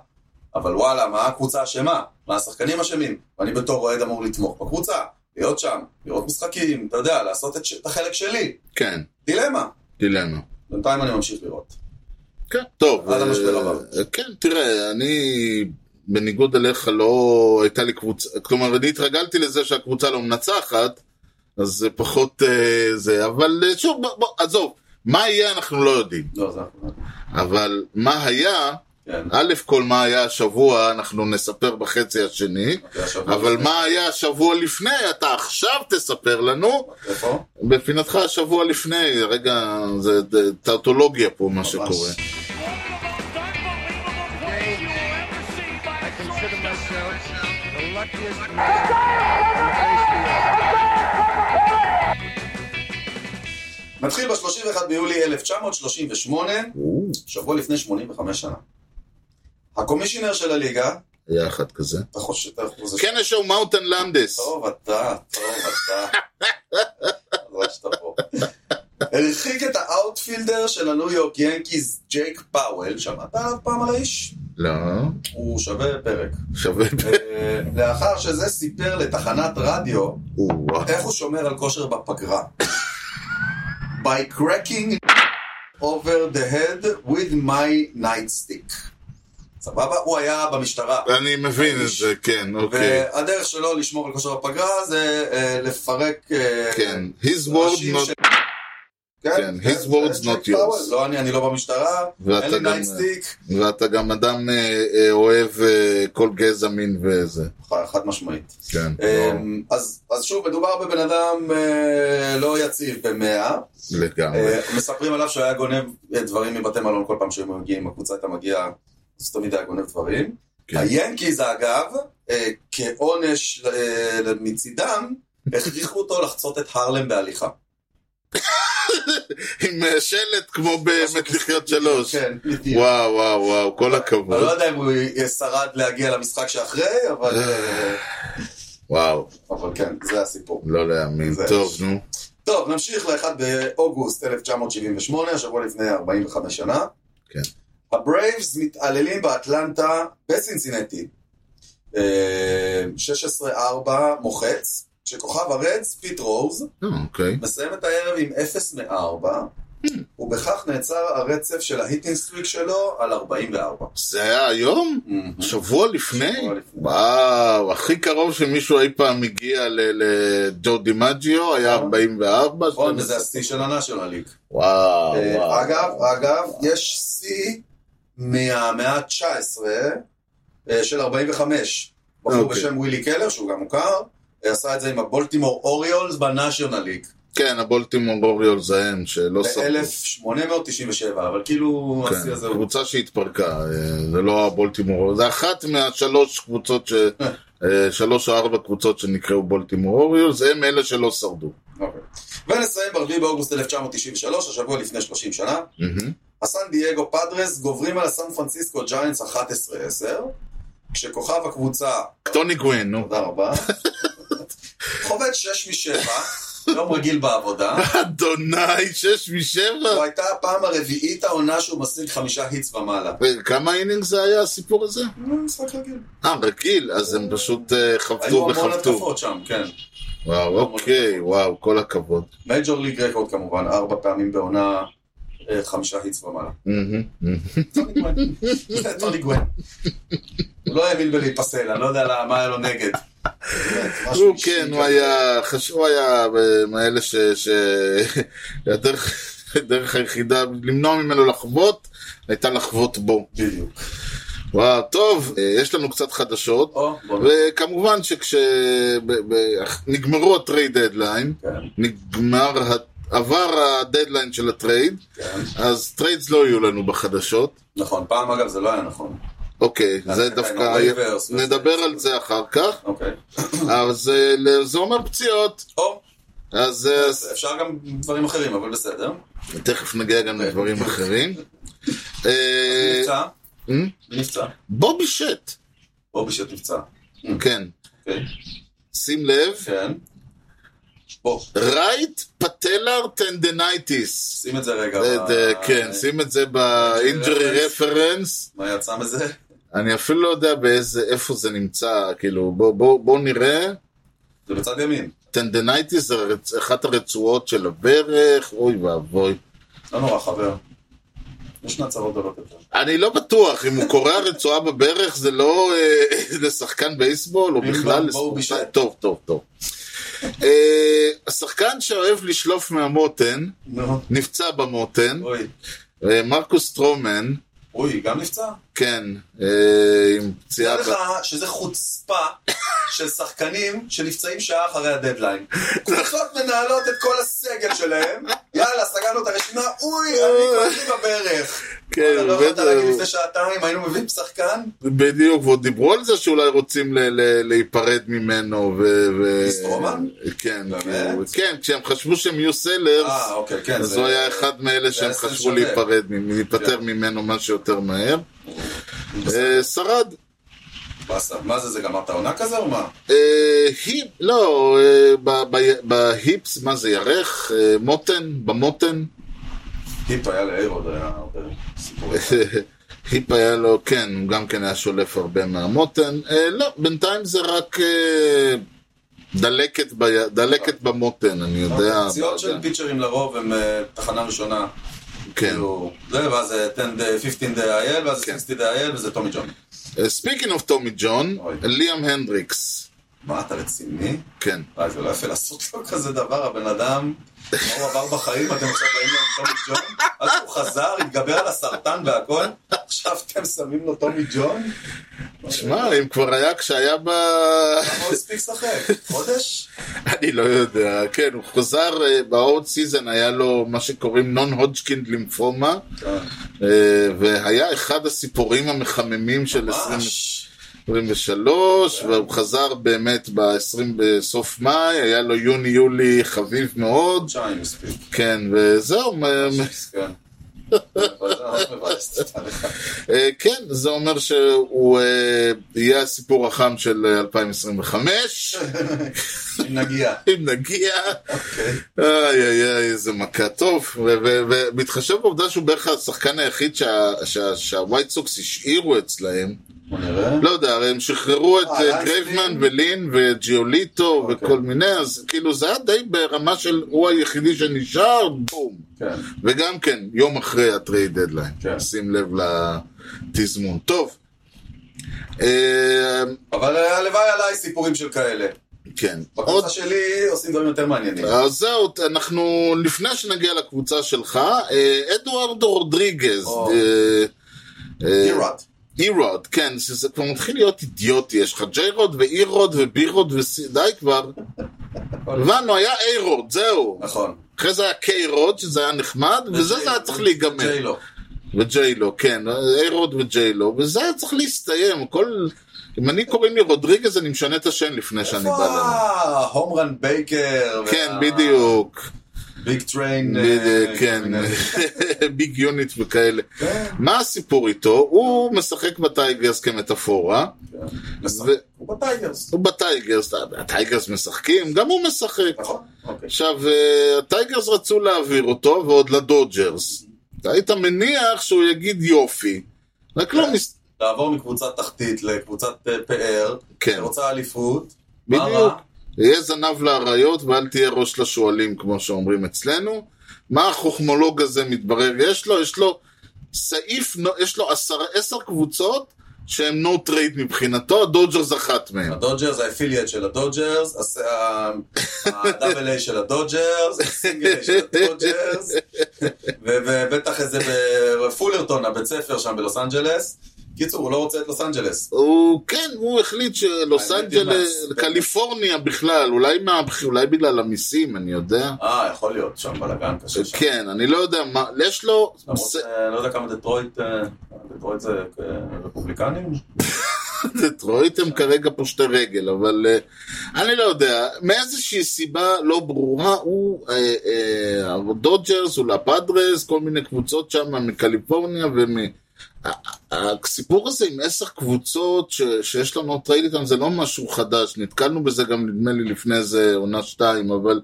S2: אבל וואלה, מה הקבוצה אשמה? מה השחקנים אשמים? ואני בתור אוהד אמור לתמוך בקבוצה, להיות שם, לראות משחקים, אתה יודע, לעשות את, ש... את החלק שלי.
S1: כן,
S2: דילמה.
S1: דילמה.
S2: בינתיים אני ממשיך לראות.
S1: כן, טוב.
S2: עד
S1: אה,
S2: המשבר הבא.
S1: אה, כן, תראה, אני, בניגוד אליך, לא הייתה לי קבוצה, כלומר, אני התרגלתי לזה שהקבוצה לא מנצחת, אז זה פחות אה, זה, אבל אה, שוב, בוא, בוא, עזוב, מה יהיה אנחנו לא יודעים,
S2: לא, זה...
S1: אבל מה היה,
S2: כן.
S1: א' כל מה היה השבוע, אנחנו נספר בחצי השני,
S2: אוקיי, עכשיו-
S1: אבל מה היה השבוע לפני, אתה עכשיו תספר לנו.
S2: איפה?
S1: בפינתך השבוע לפני, רגע, זה זה טאוטולוגיה פה מה שקורה.
S3: One of the most unbelievable plays you will ever see by a
S4: consider
S3: shortstop.
S4: myself the luckiest man in the face of the
S2: נתחיל ב-31 ביולי 1938,
S1: או,
S2: שבוע לפני 85 שנה. הקומישיונר של הליגה,
S1: היה אחד כזה.
S2: אתה חושב, אתה חושב,
S1: כן, יש שם מאונטן למדס.
S2: טוב אתה, טוב אתה. אז רק שאתה פה. הרחיק את האאוטפילדר של הניו יורק ינקיז, ג'ייק פאוול, שמעת עליו פעם על האיש?
S1: לא,
S2: הוא שווה פרק.
S1: שווה...
S2: אה, לאחר שזה סיפר לתחנת רדיו
S1: או,
S2: איך הוא שומר על כושר בפגרה. by cracking over the head with my nightstick. סבבה? הוא היה במשטרה.
S1: אני מבין את זה, כן, אוקיי.
S2: והדרך שלו לשמור על כושר בפגרה זה אה, לפרק... אה,
S1: כן, his word
S2: ראשים
S1: not...
S2: של- כן,
S1: his
S2: זה-
S1: words
S2: זה
S1: not
S2: טריק פאוול.
S1: yours.
S2: לא אני, אני לא במשטרה,
S1: ואתה
S2: אין לי
S1: גם-
S2: נייטסטיק.
S1: ואתה גם אדם אה, אה, אוהב אה, כל גזע, מין וזה.
S2: ח- חד משמעית.
S1: כן.
S2: אמ, אז אז שוב, מדובר בבן אדם אה, לא יציב במאה.
S1: לא, לגמרי.
S2: אה, מספרים עליו שהוא היה גונב אה, דברים מבתי מלון כל פעם שהיו מגיעים, הקבוצה הייתה מגיעה, אז הוא תמיד היה גונב דברים.
S1: כן.
S2: היאנקיז אגב, אה, כעונש אה, מצידם, הכריחו אותו לחצות את הרלם בהליכה.
S1: עם אה, שלט כמו באמת לחיות שלוש.
S2: כן, בדיוק.
S1: וואו, וואו, וואו, כל הכבוד.
S2: אני לא יודע אם הוא שרד להגיע למשחק שאחרי, אבל אה,
S1: וואו,
S2: אבל כן, זה הסיפור.
S1: לא להאמין.
S2: זה-
S1: טוב, נו.
S2: טוב, נמשיך ל-1 באוגוסט 1978, השבוע לפני 45 שנה.
S1: כן.
S2: הברייבס מתעללים באטלנטה בסינסינטי. אה, 16-4 מוחץ, כשכוכב הרדס, פיט רוז,
S1: אה, אוקיי.
S2: מסיים את הערב עם 0 מ-4, ובכך נעצר הרצף של ההיטינג סטריק שלו על 44.
S1: זה היה היום? שבוע לפני?
S2: שבוע לפני.
S1: וואו, הכי קרוב שמישהו אי פעם הגיע ל- לג'ו דימג'יו היה
S2: נכון.
S1: 44.
S2: נכון, אה,
S1: 12.
S2: וזה השיא של הנשיונל ליג.
S1: אה, וואו, וואו.
S2: אה, אגב, אגב, יש שיא מהמאה ה-19 אה, של 45. בחור
S1: אוקיי.
S2: בשם ווילי קלר, שהוא גם מוכר, אה, עשה את זה עם הבולטימור אוריולס בנאשיונל ליג.
S1: כן, הבולטימור אוריולס ההם, שלא שרדו.
S2: ב-1897, אבל כאילו
S1: לא כן,
S2: השיא הזה הוא...
S1: קבוצה שהתפרקה, אה, זה לא הבולטימור, זה אחת מהשלוש קבוצות, ש- אה, שלוש או ארבע קבוצות שנקראו בולטימור אוריולס, הם אלה שלא שרדו.
S2: אוקיי. ונסיים ב-4 באוגוסט 1993, השבוע לפני 30 שנה.
S1: מהמם.
S2: הסן דייגו פאדרס גוברים על הסן פרנסיסקו ג'יינטס 11-10, כשכוכב הקבוצה,
S1: טוני גווין, נו.
S2: תודה רבה, חובד 6 מ-7, יום רגיל בעבודה,
S1: אדוני, שש משבע?
S2: זו הייתה הפעם הרביעית העונה שהוא משיג חמישה היטס ומעלה.
S1: כמה אינינג זה היה הסיפור הזה?
S2: משחק רגיל.
S1: אה, רגיל, אז הם פשוט אה, חבטו
S2: היו המון
S1: וחבטו.
S2: התקפות שם, כן.
S1: וואו, אוקיי, וואו, כל הכבוד.
S2: מייג'ור ליג רקורד כמובן, ארבע פעמים בעונה, אה, חמישה היטס ומעלה.
S1: מהמם, מהמם.
S2: טוני גווין. זה טוני גווין. הוא לא האמין בלהיפסל, אני לא יודע למה, מה היה לו נגד. באמת, משהו
S1: הוא
S2: אישי
S1: כן, הוא
S2: כזה.
S1: היה, חש- הוא היה אה, מאלה ש... ש... הדרך... הדרך היחידה למנוע ממנו לחבוט, הייתה לחבוט בו.
S2: בדיוק.
S1: וואו, טוב, אה, יש לנו קצת חדשות,
S2: או, בוא נ-
S1: וכמובן שכשנגמרו הטרייד דדליין,
S2: כן,
S1: נגמר, ה- עבר הדדליין של הטרייד,
S2: כן.
S1: אז טריידס לא יהיו לנו בחדשות.
S2: נכון, פעם אגב זה לא היה נכון.
S1: אוקיי,
S2: אז
S1: זה
S2: אתה עם
S1: דווקא...
S2: הווייברס וזה.
S1: נדבר על זה אחר כך,
S2: אוקיי.
S1: אז אה, זה אומר פציעות.
S2: או,
S1: אז אה,
S2: אז אפשר גם דברים אחרים, אבל בסדר.
S1: תכף נגיע גם לדברים אחרים. אה,
S2: נפצע,
S1: אה,
S2: נפצע.
S1: בובי שט,
S2: בובי שט נפצע.
S1: כן,
S2: אוקיי.
S1: שים לב,
S2: כן. בוא,
S1: רייט פטלר טנדנייטיס.
S2: שים את זה רגע.
S1: זה-
S2: ב-
S1: זה- כן, שים את זה באינג'רי רפרנס.
S2: מה יצא מזה?
S1: אני אפילו לא יודע באיזה, איפה זה נמצא, כאילו, בוא- בוא בוא נראה.
S2: זה בצד ימין.
S1: טנדנייטיס זה רצ- אחת הרצועות של הברך, אוי ואבוי.
S2: לא נורא, חבר. ישנה צרות גדולות יותר.
S1: אני לא בטוח, אם הוא קורע רצועה בברך זה לא אה, לשחקן בייסבול, או
S2: אם לא,
S1: בכלל
S2: בואו
S1: לספורטאי.
S2: בשל.
S1: טוב, טוב, טוב. אה, השחקן שאוהב לשלוף מהמותן,
S2: נו.
S1: נפצע במותן,
S2: אוי.
S1: אה, מרקוס טרומן,
S2: אוי, גם נפצע?
S1: כן, אה, עם פציעה...
S2: תדע
S1: ב-
S2: לך שזה חוצפה של שחקנים שנפצעים שעה אחרי הדדליין. קבוצות מנהלות את כל הסגל שלהם, יאללה, סגרנו את הרשימה, אוי, אני קודם בברך.
S1: כן,
S2: וואלה, לא יכולת
S1: בטח.
S2: להגיד לפני שעתיים, היינו מביאים שחקן,
S1: בדיוק, ועוד דיברו על זה שאולי רוצים ל- ל- להיפרד ממנו ו... ו-
S2: מסטרומן?
S1: כן,
S2: באמת?
S1: כאילו, כן, כשהם חשבו שהם יהיו סלרס,
S2: אה, אוקיי, כן.
S1: אז
S2: זה-
S1: הוא היה אחד מאלה שהם
S2: היה סן
S1: חשבו
S2: שווה.
S1: להיפרד, ממ- להיפטר
S2: כן.
S1: ממנו מה שיותר מהר.
S2: בסדר,
S1: אה, שרד.
S2: באסה. מה זה, זה גמר את העונה כזה או מה?
S1: אה, היפ, לא, אה, ב- ב- בהיפס, מה זה, ירך? אה, מותן? במותן?
S2: טיפ היה לאיירוד, היה אה, הרבה סיפורים.
S1: היפ היה לו, כן, הוא גם כן היה שולף הרבה מהמותן. אה, לא, בינתיים זה רק אה, דלקת בי- דלקת במותן, אני יודע.
S2: אוקיי, פציעות
S1: לא
S2: של
S1: יודע.
S2: פיצ'רים לרוב הם אה, תחנה ראשונה.
S1: כן.
S2: כאילו, זה, ואז אה, 10 day, 15 day IL, ואז 60 day IL, וזה טומי ג'ון.
S1: אה, ספיקינג אוף טומי ג'ון,
S2: אוי.
S1: ליאם הנדריקס.
S2: מה, אתה רציני?
S1: כן.
S2: וואי, זה לא יפה לעשות לו כזה דבר, הבן אדם, מה הוא עבר בחיים, אתם עכשיו באים לו עם טומי ג'ון? אז הוא חזר, התגבר על הסרטן והכל, עכשיו אתם שמים לו טומי ג'ון?
S1: שמע, אם כבר היה כשהיה ב...
S2: למה הוא הספיק לשחק? חודש?
S1: אני לא יודע, כן, הוא חוזר, בעוד סיזן היה לו מה שקוראים נון הודג'קין לימפומה,
S2: כן,
S1: אה, והיה אחד הסיפורים המחממים של
S2: ממש.
S1: 2023, והוא חזר באמת ב-20 בסוף מאי, היה לו יוני-יולי חביב מאוד,
S2: חודשיים הספיק.
S1: כן, וזהו, אה,
S2: כן.
S1: אה, כן, זה אומר שהוא אה, יהיה הסיפור החם של אה, 2025,
S2: אם נגיע.
S1: אם נגיע. כן. איי איי איי, איזה מכה טוב, ו- ו- ובהתחשב בעובדה שהוא בערך השחקן היחיד שה- שה- שהווייט סוקס השאירו אצלהם,
S2: בוא נראה.
S1: לא יודע, הרי הם שחררו את
S2: אה,
S1: אה,
S2: ליינסטין?
S1: גרייבמן ולין וג'יוליטו
S2: אוקיי.
S1: וכל מיני, אז כאילו זה היה די ברמה של הוא היחידי שנשאר, בום.
S2: כן.
S1: וגם כן, יום אחרי הטרייד דדליין,
S2: כן.
S1: שים לב לתזמון. טוב, אה,
S2: אבל אה, הלוואי עליי סיפורים של כאלה.
S1: כן, עוד אה,
S2: בקבוצה שלי עושים דברים יותר מעניינים.
S1: אז זהו, אנחנו, לפני שנגיע לקבוצה שלך, אה, אדוארדו רודריגז,
S2: או.
S1: אה, אה,
S2: גיראט.
S1: אירוד, כן, שזה כבר מתחיל להיות אידיוטי, יש לך ג'יירוד ואירוד ובירוד וסי... די כבר. הבנו, היה איירוד, זהו.
S2: נכון.
S1: אחרי זה היה קיירוד, שזה היה נחמד, וזה זה היה צריך להיגמר.
S2: ג'יילו.
S1: וג'יילו, כן, איירוד וג'יילו, וזה היה צריך להסתיים, כל... אם אני קוראים לי רודריגז, אני משנה את השם לפני שאני
S2: איפה
S1: בא לנו.
S2: ההומרן בייקר?
S1: כן, בדיוק.
S2: ביג טריין. אה,
S1: בדיוק, כן. ביג יוניט וכאלה.
S2: כן,
S1: מה הסיפור איתו? הוא משחק בטייגרס כמטאפורה. ו-
S2: כן. הוא בטייגרס.
S1: הוא בטייגרס, הטייגרס משחקים, גם הוא משחק.
S2: נכון, אוקיי.
S1: עכשיו, אה, הטייגרס רצו להעביר אותו, ועוד לדודג'רס. היית מניח שהוא יגיד יופי. רק
S2: כן.
S1: לא מס...
S2: לעבור מקבוצה תחתית לקבוצת אה, פאר,
S1: כן,
S2: שרוצה אליפות. מה
S1: בדיוק.
S2: רע?
S1: יהיה זנב לאריות ואל תהיה ראש לשועלים, כמו שאומרים אצלנו. מה החוכמולוג הזה מתברר? יש לו, יש לו סעיף, נו- יש לו עשר, עשר קבוצות שהן no trade מבחינתו, הדודג'רס אחת מהן.
S2: הדודג'רס, האפיליאט של הדודג'רס, הס- ה- הדאבל איי של הדודג'רס, הסינגל איי של הדודג'רס, ו- ובטח איזה בפולרטון, הבית ספר שם בלוס אנג'לס. קיצור, הוא לא רוצה את לוס אנג'לס.
S1: הוא, כן, הוא החליט שלוס
S2: האמת היא
S1: אנג'לס,
S2: מעצבנת.
S1: קליפורניה בכלל, אולי, מה, אולי בגלל המיסים, אני יודע.
S2: אה, יכול להיות, שם בלאגן קשה שם.
S1: כן, אני לא יודע מה, יש לו...
S2: למרות,
S1: ס-
S2: אה, לא יודע כמה דטרויט, אה, דטרויט זה אה, רפובליקנים?
S1: דטרויט הם כרגע פושטי רגל, אבל אה, אני לא יודע, מאיזושהי סיבה לא ברורה, הוא, אה, אה, הדודג'רס, הוא לפאדרס, כל מיני קבוצות שם מקליפורניה ומ... ה- ה- הסיפור הזה עם עשר קבוצות ש, שיש לנו טרייד איתם זה לא משהו חדש, נתקלנו בזה גם נדמה לי לפני איזה עונה שתיים, אבל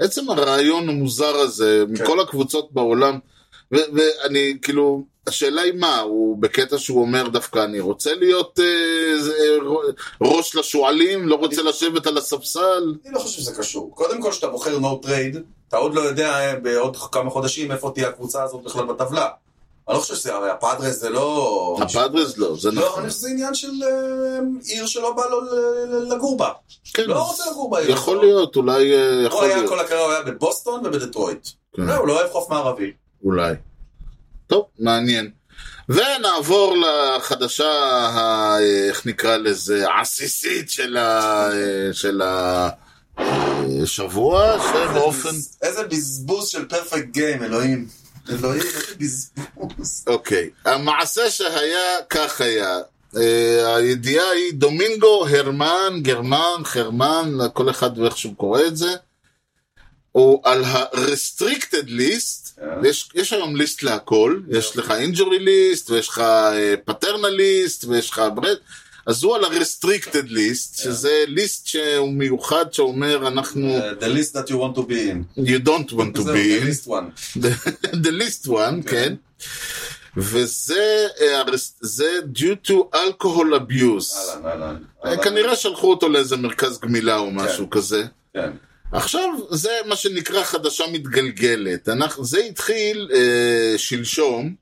S1: עצם הרעיון המוזר הזה מכל הקבוצות בעולם, ו- ואני כאילו, השאלה היא מה, הוא בקטע שהוא אומר דווקא אני רוצה להיות אה, זה, אה, ר- ראש לשועלים, לא רוצה לשבת על הספסל,
S2: אני לא חושב שזה קשור. קודם כל, כשאתה בוחר no trade, אתה עוד לא יודע אה, בעוד כמה חודשים איפה תהיה הקבוצה הזאת בכלל בטבלה. אני לא חושב שזה, הרי הפאדרס זה לא...
S1: הפאדרס לא, זה
S2: לא,
S1: נכון.
S2: אני חושב שזה עניין של אה, עיר שלא בא לו ל- ל- לגור בה.
S1: כן,
S2: לא
S1: אז
S2: רוצה לגור בעיר.
S1: יכול
S2: שלו.
S1: להיות, אולי אה,
S2: הוא
S1: יכול
S2: היה
S1: להיות,
S2: כל הקריירה, הוא היה בבוסטון ובדטרויט.
S1: כן.
S2: לא, הוא לא אוהב חוף מערבי.
S1: אולי. טוב, מעניין. ונעבור לחדשה, ה- אה, איך נקרא לזה, העסיסית של ה- אה, של השבוע, שבאופן...
S2: איזה בזבוז של פרפקט גיים, אלוהים. אלוהים, איזה בזבוז.
S1: אוקיי, המעשה שהיה, כך היה. אה, הידיעה היא דומינגו, הרמן, גרמן, חרמן, כל אחד ואיך שהוא קורא את זה. הוא על ה-restricted list,
S2: כן.
S1: יש, יש היום ליסט להכל, יש לך injury list, ויש לך אה, paternal list, ויש לך ברד, אז הוא על ה-restricted list, שזה ליסט שהוא מיוחד שאומר אנחנו,
S2: Uh, The list that you want to be in.
S1: you don't want to
S2: זהו,
S1: be
S2: the
S1: in.
S2: list one.
S1: the least one,
S2: כן.
S1: כן. וזה אה, הרס- זה due to alcohol abuse.
S2: אהלן, אהלן.
S1: אה,
S2: אהלן.
S1: כנראה שלחו אותו לאיזה מרכז גמילה או משהו כזה.
S2: כן.
S1: עכשיו, זה מה שנקרא חדשה מתגלגלת. אנחנו, זה התחיל אה, שלשום,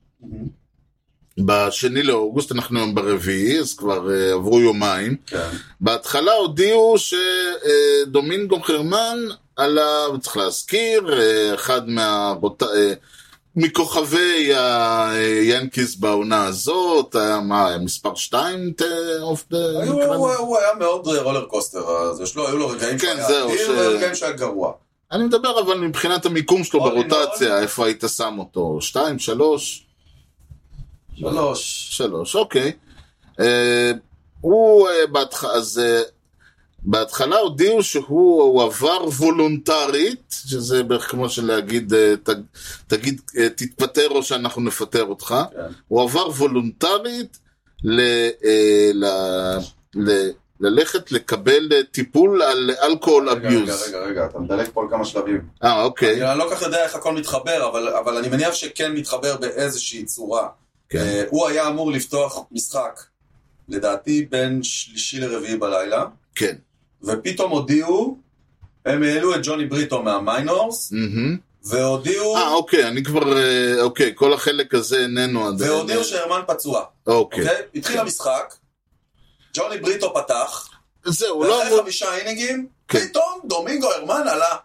S1: בשני לאוגוסט, אנחנו היום ברביעי, אז כבר אה, עברו יומיים.
S2: כן.
S1: בהתחלה הודיעו שדומינגו חרמן עלה, צריך להזכיר, אה, אחד מהרוט... אה, מכוכבי היאנקיז בעונה הזאת, היה מה, היה מספר 2 אוף אה, דה...
S2: היו- הוא הוא היה מאוד רולר קוסטר, אז יש לו, היו לו רגעים
S1: כן,
S2: שהיה
S1: זהו, ש-
S2: אדיר, והיו רגעים שהיה גרוע.
S1: אני מדבר אבל מבחינת המיקום שלו
S2: אולי
S1: ברוטציה, איפה היית שם אותו? 2, 3?
S2: שלוש.
S1: שלוש, אוקיי. אה, הוא אה, בהתח... אז, אה, בהתחלה הודיעו שהוא הוא עבר וולונטרית, שזה בערך כמו שלהגיד, אה, ת, תגיד, אה, תתפטר או שאנחנו נפטר אותך.
S2: כן.
S1: הוא עבר וולונטרית ל, אה, ל, ל, ללכת לקבל אה, טיפול על אלכוהול
S2: רגע, רגע,
S1: אביוז.
S2: רגע, רגע, אתה מדלג פה על כמה שלבים.
S1: אה, אוקיי.
S2: אני לא כל כך יודע איך הכל מתחבר, אבל- אבל אני מניח שכן מתחבר באיזושהי צורה.
S1: כן.
S2: אה, הוא היה אמור לפתוח משחק, לדעתי, בין שלישי לרביעי בלילה,
S1: כן.
S2: ופתאום הודיעו, הם העלו את ג'וני בריטו מהמיינורס,
S1: מהמם.
S2: והודיעו,
S1: אה, אוקיי, אני כבר... אה, אוקיי, כל החלק הזה איננו עדיין.
S2: והודיעו שהרמן פצוע.
S1: אוקיי.
S2: אוקיי? התחיל המשחק, ג'וני בריטו פתח,
S1: זהו, לא
S2: ואחרי
S1: אמור...
S2: חמישה אינינגים,
S1: כן.
S2: פתאום דומינגו הרמן עלה,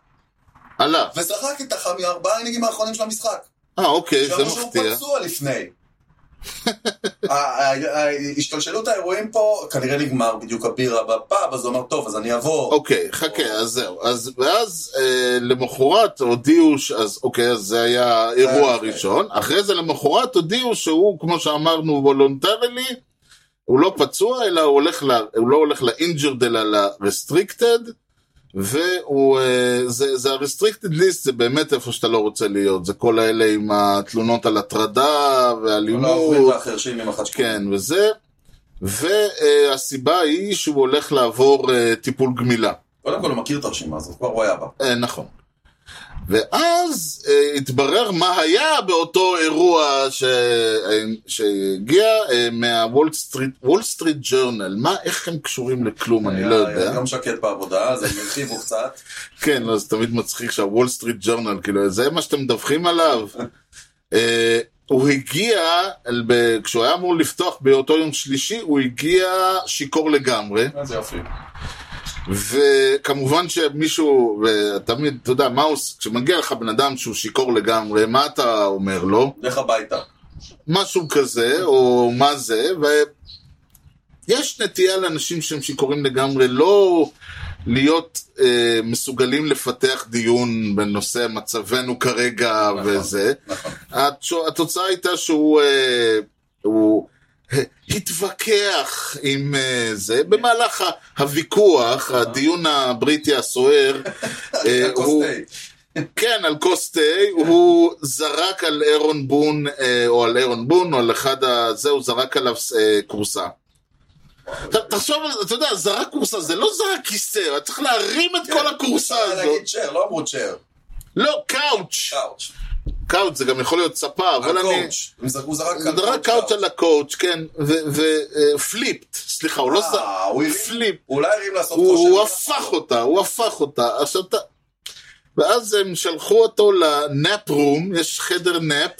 S1: עלה.
S2: ושחק את החמי- ארבעה אינינגים האחרונים של המשחק.
S1: אה, אוקיי, זה
S2: שאמרו שהוא
S1: מפתיע.
S2: פצוע לפני. ה- ה- ה- השתלשלות האירועים פה, כנראה נגמר בדיוק הבירה בפאב, אז הוא אמר, טוב, אז אני אעבור.
S1: אוקיי, חכה, אז זהו. אז, ואז אה, למחרת הודיעו, ש... אז אוקיי, אז זה היה האירוע
S2: אוקיי.
S1: הראשון. אחרי זה למחרת הודיעו שהוא, כמו שאמרנו, וולונטרלי, הוא לא פצוע, אלא הוא, הולך ל... הוא לא הולך לאינג'רד, אלא לרסטריקטד, והוא, אה, זה, זה הרסטריקטד ליסט, זה באמת איפה שאתה לא רוצה להיות. זה כל האלה עם התלונות על הטרדה
S2: לא עוברים
S1: ואלימות.
S2: והחרשים עם אחת שקל.
S1: כן, וזה. והסיבה היא שהוא הולך לעבור אה, טיפול גמילה.
S2: קודם כל הוא מכיר את הרשימה הזאת, כבר הוא היה בה.
S1: אה, נכון. ואז אה, התברר מה היה באותו אירוע ש... אה, שהגיע אה, מהוול סטריט, וול סטריט ג'ורנל. מה, איך הם קשורים לכלום, אני לא
S2: היה
S1: יודע.
S2: גם שקט בעבודה, אז הם הרחיבו קצת.
S1: כן, לא, זה תמיד מצחיק שהוול סטריט ג'ורנל, כאילו, זה מה שאתם מדווחים עליו. אה, הוא הגיע, אל- ב- כשהוא היה אמור לפתוח באותו יום שלישי, הוא הגיע שיכור לגמרי.
S2: אז יופי.
S1: וכמובן שמישהו, ותמיד, אתה יודע, מה הוא, עוש- כשמגיע לך בן אדם שהוא שיכור לגמרי, מה אתה אומר לו?
S2: לך הביתה.
S1: משהו כזה, או מה זה, ויש נטייה לאנשים שהם שיכורים לגמרי לא להיות אה, מסוגלים לפתח דיון בנושא מצבנו כרגע
S2: נכון.
S1: וזה.
S2: נכון.
S1: התש- התוצאה הייתה שהוא אה, הוא אה, התווכח עם אה, זה. במהלך ה-
S2: נכון.
S1: הוויכוח, הדיון הבריטי הסוער, אה,
S2: על כוס
S1: הוא-
S2: תה.
S1: כן, על כוס תה, הוא זרק על אירון בון, אה, או על אירון בון, או על אחד ה... זה, הוא זרק עליו אה, כורסה. ת- תחשוב על זה, אתה יודע, זרק כורסה, זה לא זרק כיסא, אתה צריך להרים את כל הכורסה
S2: אפשר
S1: הזאת.
S2: כן. להגיד צ'ר, לא אמרו צ'ר.
S1: לא, קאוץ'.
S2: קאוץ'.
S1: קאוץ' זה גם יכול להיות ספה, אבל אני...
S2: הקאוץ'. הם זרקו- הוא זרק על
S1: דרג קאוץ' על הקואוץ', כן, ופליפט, סליחה, הוא לא
S2: אה,
S1: זר,
S2: הוא הרים-
S1: פליפ,
S2: הוא אולי הרים לעשות
S1: הוא
S2: כושר.
S1: הוא הפך אותה, הוא הפך אותה, עכשיו אתה... ואז הם שלחו אותו לנאפ רום, יש חדר נאפ,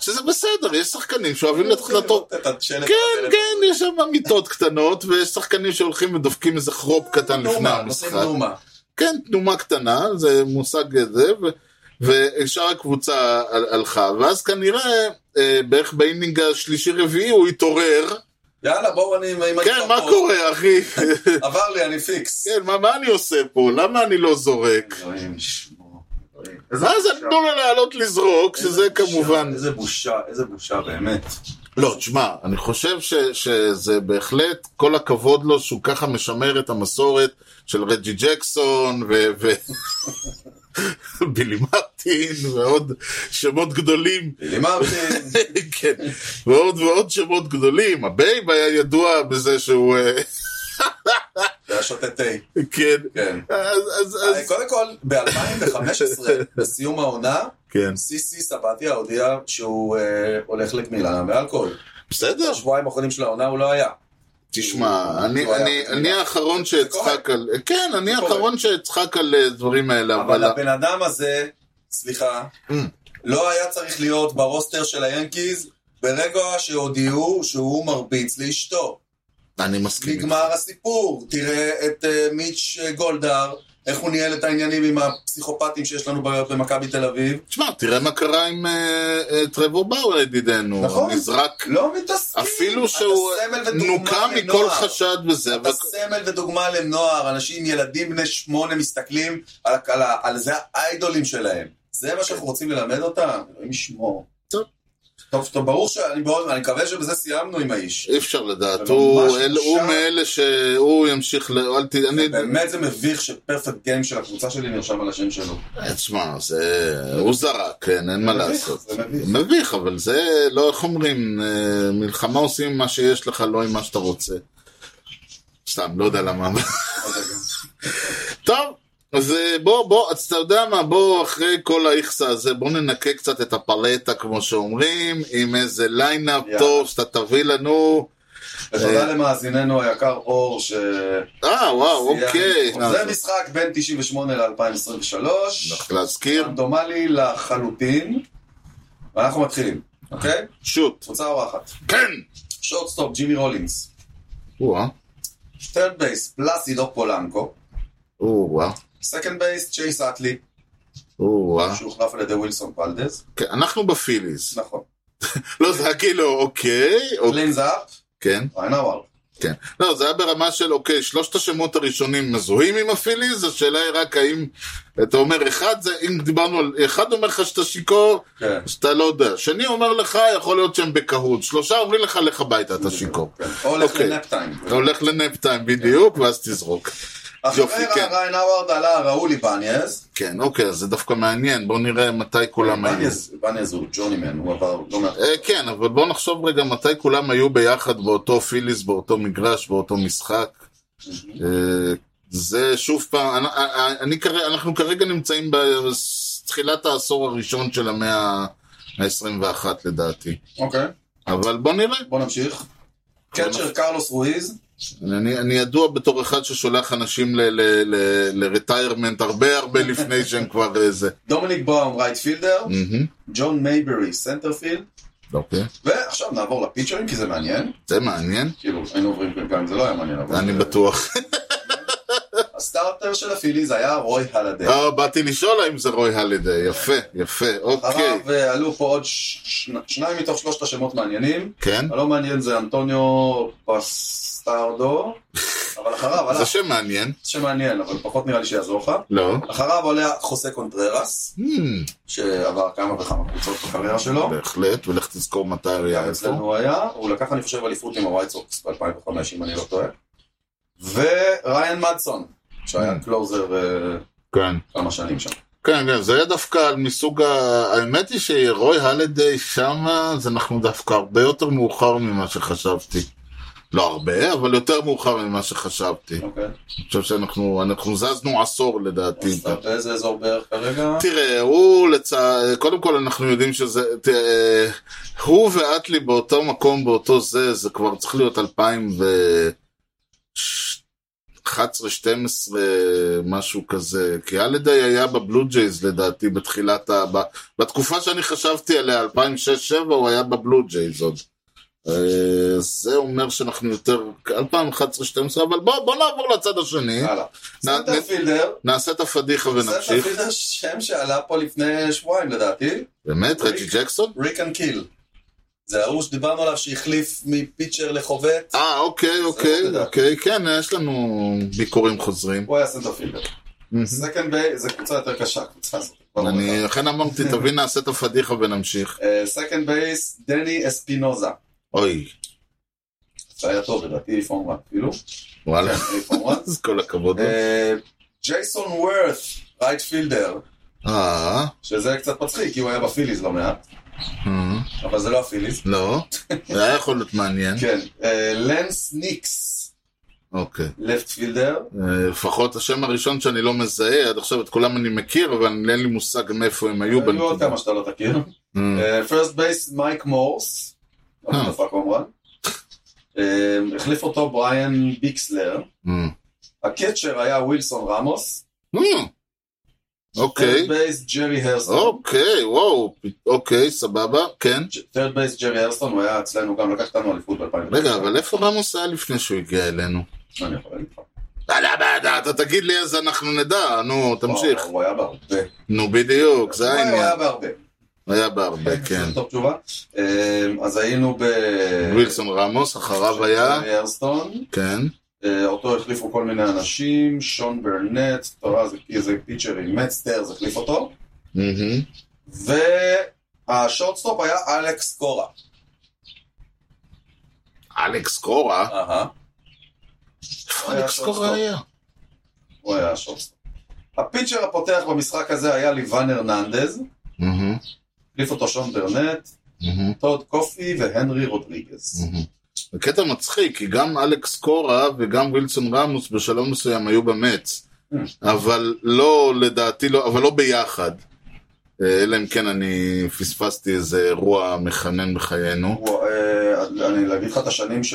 S1: שזה בסדר, יש שחקנים שאוהבים להתחיל
S2: אוקיי,
S1: לטור...
S2: את השלט
S1: כן,
S2: על
S1: כן, יש שם מיטות קטנות, ויש שחקנים שהולכים ודופקים איזה חרופ קטן
S2: הדלת.
S1: לפני
S2: נומה, כן,
S1: המשחק.
S2: נושאים נומה.
S1: כן, תנומה קטנה, זה מושג זה, ו- ושאר הקבוצה על- הלכה, ואז כנראה אה, בערך באינינג השלישי-רביעי הוא התעורר,
S2: יאללה, בואו אני... עם
S1: כן,
S2: הגרפות.
S1: מה קורה, אחי?
S2: עבר לי, אני פיקס.
S1: כן, מה, מה אני עושה פה? למה אני לא זורק?
S2: אלוהים ישמור. אלוהים.
S1: ואז
S2: איזה
S1: נתנו לו לא לעלות לזרוק,
S2: איזה
S1: שזה
S2: בושה,
S1: כמובן...
S2: איזה בושה, איזה בושה, באמת.
S1: לא, תשמע, אני חושב ש, שזה בהחלט, כל הכבוד לו שהוא ככה משמר את המסורת של רג'י ג'קסון ו... ו... בילי מרטין ועוד שמות גדולים
S2: בילי מרטין,
S1: כן, ועוד ועוד שמות גדולים, הבייב היה ידוע בזה שהוא, אה,
S2: זה היה שותה תה.
S1: כן,
S2: כן. אה,
S1: אז, אז, אז,
S2: קודם כל, ב-2015, בסיום העונה,
S1: כן,
S2: סיסי סבתיה הודיע שהוא אה, הולך לגמילה מאלכוהול.
S1: בסדר,
S2: בשבועיים האחרונים של העונה הוא לא היה.
S1: תשמע, אני-
S2: הוא לא היה
S1: אני-
S2: בגמילה.
S1: אני האחרון שאצחק על, כן, אני
S2: זה קורה.
S1: האחרון שאצחק על אה, דברים האלה,
S2: אבל
S1: אבל,
S2: הבן אדם הזה, סליחה,
S1: Mm.
S2: לא היה צריך להיות ברוסטר של היאנקיז ברגע שהודיעו שהוא מרביץ לאשתו.
S1: אני מסכים, איתך.
S2: נגמר הסיפור. תראה את אה, מיץ' אה, גולדהר, איך הוא ניהל את העניינים עם הפסיכופטים שיש לנו ב- במכבי תל אביב.
S1: תשמע, תראה מה קרה עם אה, אה, טרבור באואר ידידנו,
S2: נכון.
S1: נזרק,
S2: לא מתעסקים.
S1: אפילו
S2: אתה
S1: שהוא
S2: סמל ודוגמה
S1: נוקה מכל
S2: לנוער.
S1: חשד וזה, אבל
S2: אתה סמל ודוגמה לנוער, אנשים, ילדים בני שמונה מסתכלים על, על, ה- על זה האיידולים שלהם. זה מה שאנחנו רוצים ללמד אותם? אלוהים ישמור.
S1: טוב.
S2: טוב, טוב, ברור שאני מאוד, אני מקווה שבזה סיימנו עם האיש.
S1: אי אפשר לדעת,
S2: זה
S1: הוא
S2: ממש
S1: אל-
S2: בושה.
S1: הוא מאלה שהוא ימשיך, ל- אל ת... אני...
S2: באמת זה מביך שפרפקט גיים של הקבוצה שלי נרשם על השם שלו.
S1: אה, תשמע, זה... הוא זרק, כן, אין מה
S2: מביך,
S1: לעשות.
S2: זה מביך.
S1: מביך, אבל זה לא, איך אומרים, אה, מלחמה עושים עם מה שיש לך, לא עם מה שאתה רוצה. סתם, לא יודע למה.
S2: עוד רגע.
S1: טוב, אז אה, בוא, בוא, אז אתה יודע מה, בוא, אחרי כל האיכסה הזה, בוא ננקה קצת את הפלטה, כמו שאומרים, עם איזה ליינאפ
S2: יאללה.
S1: טוב שאתה תביא לנו.
S2: ותודה למאזיננו היקר אור ש...
S1: אה, וואו, אוקיי.
S2: זה משחק בין 98 ל-2023.
S1: צריך להזכיר,
S2: רנדומלי לחלוטין. ואנחנו מתחילים, אוקיי?
S1: שוט.
S2: קבוצה אורחת.
S1: כן!
S2: שורטסטופ ג'ימי רולינס.
S1: או-אה,
S2: third base, פלאסידו פולנקו,
S1: או-אה,
S2: second base, צ'ייס אטלי,
S1: או-אה. אה?
S2: שהוחלף על ידי ווילסון פלדס,
S1: כן, אנחנו בפיליז.
S2: נכון.
S1: לא, זה היה כאילו, אוקיי, אוקיי,
S2: קלינז אפ,
S1: כן,
S2: ריינאוואר.
S1: כן. לא, זה היה ברמה של, אוקיי, שלושת השמות הראשונים מזוהים עם הפיליז, השאלה היא רק האם, אתה אומר, אחד זה, אם דיברנו על, אחד אומר לך שאתה שיכור,
S2: כן.
S1: שאתה לא יודע. שני אומר לך, יכול להיות שהם בקהות. שלושה אומרים לך, לך הביתה, אתה שיכור.
S2: כן. או הולך
S1: אוקיי.
S2: לנפטיים.
S1: אתה הולך לנפטיים בדיוק, ואז תזרוק. יופי,
S2: אחרי
S1: כן.
S2: ריינאווארד עלה ראולי בניאז. כן,
S1: כן, אוקיי, אז זה דווקא מעניין, בוא נראה מתי כולם היו.
S2: בניאז בניאז הוא ג'וני מן, הוא עבר לא מעט.
S1: אה, כן, אבל בוא נחשוב רגע מתי כולם היו ביחד באותו פיליס, באותו מגרש, באותו משחק. אה, זה שוב פעם, אני- אני- אני כרגע- אנחנו כרגע נמצאים בתחילת העשור הראשון של המאה ה-21 לדעתי.
S2: אוקיי,
S1: אבל בוא נראה.
S2: בוא נמשיך.
S1: כן.
S2: קצ'ר קרלוס רואיז.
S1: אני, אני ידוע בתור אחד ששולח אנשים לרטיירמנט הרבה הרבה לפני שהם כבר אה, זה.
S2: דומיניק בראום רייטפילדר.
S1: מהמם,
S2: ג'ון מייברי סנטרפילד.
S1: אוקיי,
S2: ועכשיו נעבור לפיצ'רים כי זה מעניין.
S1: זה מעניין,
S2: כאילו, היינו עוברים גם אם זה לא היה מעניין. אבל-
S1: אני בטוח.
S2: הסטארטר של הפיליז היה רוי הלדה.
S1: אה, באתי לשאול האם זה רוי הלידי, יפה, יפה, אוקיי.
S2: אחריו אה, עלו פה עוד ש- שני- שניים מתוך שלושת השמות מעניינים.
S1: כן?
S2: הלא מעניין זה אנטוניו פסטרדו, אבל אחריו עלה
S1: זה שם מעניין.
S2: שמעניין, אבל פחות נראה לי שיעזור לך.
S1: לא.
S2: אחריו עולה חוסה קונטררס,
S1: Hmm,
S2: שעבר כמה וכמה קבוצות בקריירה שלו.
S1: בהחלט, ולך תזכור מתי היה
S2: גם
S1: איפה.
S2: אצלנו הוא היה, הוא לקח אני חושב אליפות עם הווייט סוקס ב-2005 אם אני לא טועה. וריין מדסון, שהיה
S1: Mm.
S2: קלוזר אה,
S1: כן.
S2: כמה שנים שם.
S1: כן, כן, זה היה דווקא על מסוג ה... האמת היא שרוי הלדיי שמה, אז אנחנו דווקא הרבה יותר מאוחר ממה שחשבתי. לא הרבה, אבל יותר מאוחר ממה שחשבתי.
S2: אוקיי.
S1: אני חושב שאנחנו אנחנו זזנו עשור לדעתי.
S2: אז אתה באיזה אזור בערך כרגע?
S1: תראה, הוא לצע... קודם כל אנחנו יודעים שזה... תראה, הוא ואטלי באותו מקום, באותו זה, זה כבר צריך להיות 2011-2012, משהו כזה. כי אלדי היה בבלו ג'ייז לדעתי בתחילת ה... ב- בתקופה שאני חשבתי עליה, 2006-2007, הוא היה בבלו ג'ייז עוד. אה, זה אומר שאנחנו יותר... 2011-2012, אבל בוא, בוא נעבור לצד השני.
S2: הלאה.
S1: כן. נ-
S2: סנטרפילדר,
S1: נעשה את הפדיחה ונמשיך.
S2: סנטרפילדר שם שעלה פה לפני שבועיים לדעתי,
S1: באמת? רג'י ג'קסון?
S2: ריק אנד קיל. זה ההוא שדיברנו עליו שהחליף מפיצ'ר לחובט,
S1: אה, אוקיי, אוקיי,
S2: לדעתי.
S1: אוקיי, כן, יש לנו ביקורים חוזרים.
S2: הוא היה סנטרפילדר.
S1: מהמם.
S2: סקנד ביי זה קבוצה יותר קשה, הקבוצה הזאת.
S1: אני לכן אמרתי, תביא נעשה את הפדיחה ונמשיך.
S2: סקנד בייס, אה, דני אספינוזה.
S1: אוי,
S2: זה היה טוב, לדעתי פורם רע, כאילו.
S1: וואלה,
S2: אה, פורם רע.
S1: אז כל הכבוד. לו.
S2: אה, ג'ייסון וורת, רייט פילדר,
S1: אה,
S2: שזה קצת מצחיק, כי הוא היה בפיליז לא מעט,
S1: אה,
S2: אבל זה לא הפיליז.
S1: לא, זה היה יכול להיות מעניין.
S2: כן, אה, לנס ניקס,
S1: אוקיי.
S2: לפט פילדר.
S1: אה, לפחות השם הראשון שאני לא מזהה, עד עכשיו את כולם אני מכיר, אבל אין לי מושג מאיפה הם היו
S2: היו עוד
S1: בנקודה.
S2: כמה שאתה לא תכיר.
S1: אה,
S2: פרסט בייס מייק מורס,
S1: אה.
S2: המתופק אומרן. אה, החליף אותו בריאן ביקסלר.
S1: אה.
S2: הקצ'ר היה ווילסון רמוס.
S1: אה, אוקיי,
S2: טרד בייס ג'רי הרסטון.
S1: אוקיי, וואו, אוקיי, סבבה, כן.
S2: טרד בייס ג'רי הרסטון, הוא היה אצלנו גם, לקח אותנו אליפות ב-2009.
S1: רגע, אבל איפה רמוס היה לפני שהוא הגיע אלינו?
S2: אני יכול להגיד לך.
S1: לא, לא, לא, אתה תגיד לי אז אנחנו נדע, נו, תמשיך.
S2: וואו, הוא היה בהרבה.
S1: נו, בדיוק, זה
S2: הוא היה
S1: העניין.
S2: בהרבה.
S1: היה בהרבה, כן.
S2: טוב תשובה. אה, אז היינו ב...
S1: ווילסון רמוס, אחריו היה,
S2: ג'רי הרסטון.
S1: כן.
S2: אה, אותו החליפו כל מיני אנשים, שון ברנט, אתה רואה, זה איזה פיצ'רי, מצטרס החליף אותו,
S1: מהמם.
S2: והשורטסטופ היה אלכס קורה.
S1: אלכס קורה?
S2: אהה.
S1: איפה אלכס קורה היה?
S2: הוא היה השורטסטופ. הפיצ'ר הפותח במשחק הזה היה ליוון הרננדז,
S1: מהמם,
S2: החליף אותו שון ברנט,
S1: מהמם,
S2: טוד קופי והנרי רודריגז.
S1: מהמם. זה קטע מצחיק, כי גם אלכס קורה וגם ווילסון רמוס בשלב מסוים היו במץ. אבל לא, לדעתי לא, אבל לא ביחד. אה, אלא אם כן אני פספסתי איזה אירוע מכנן בחיינו.
S2: הוא, אה, אני אגיד לך את השנים ש...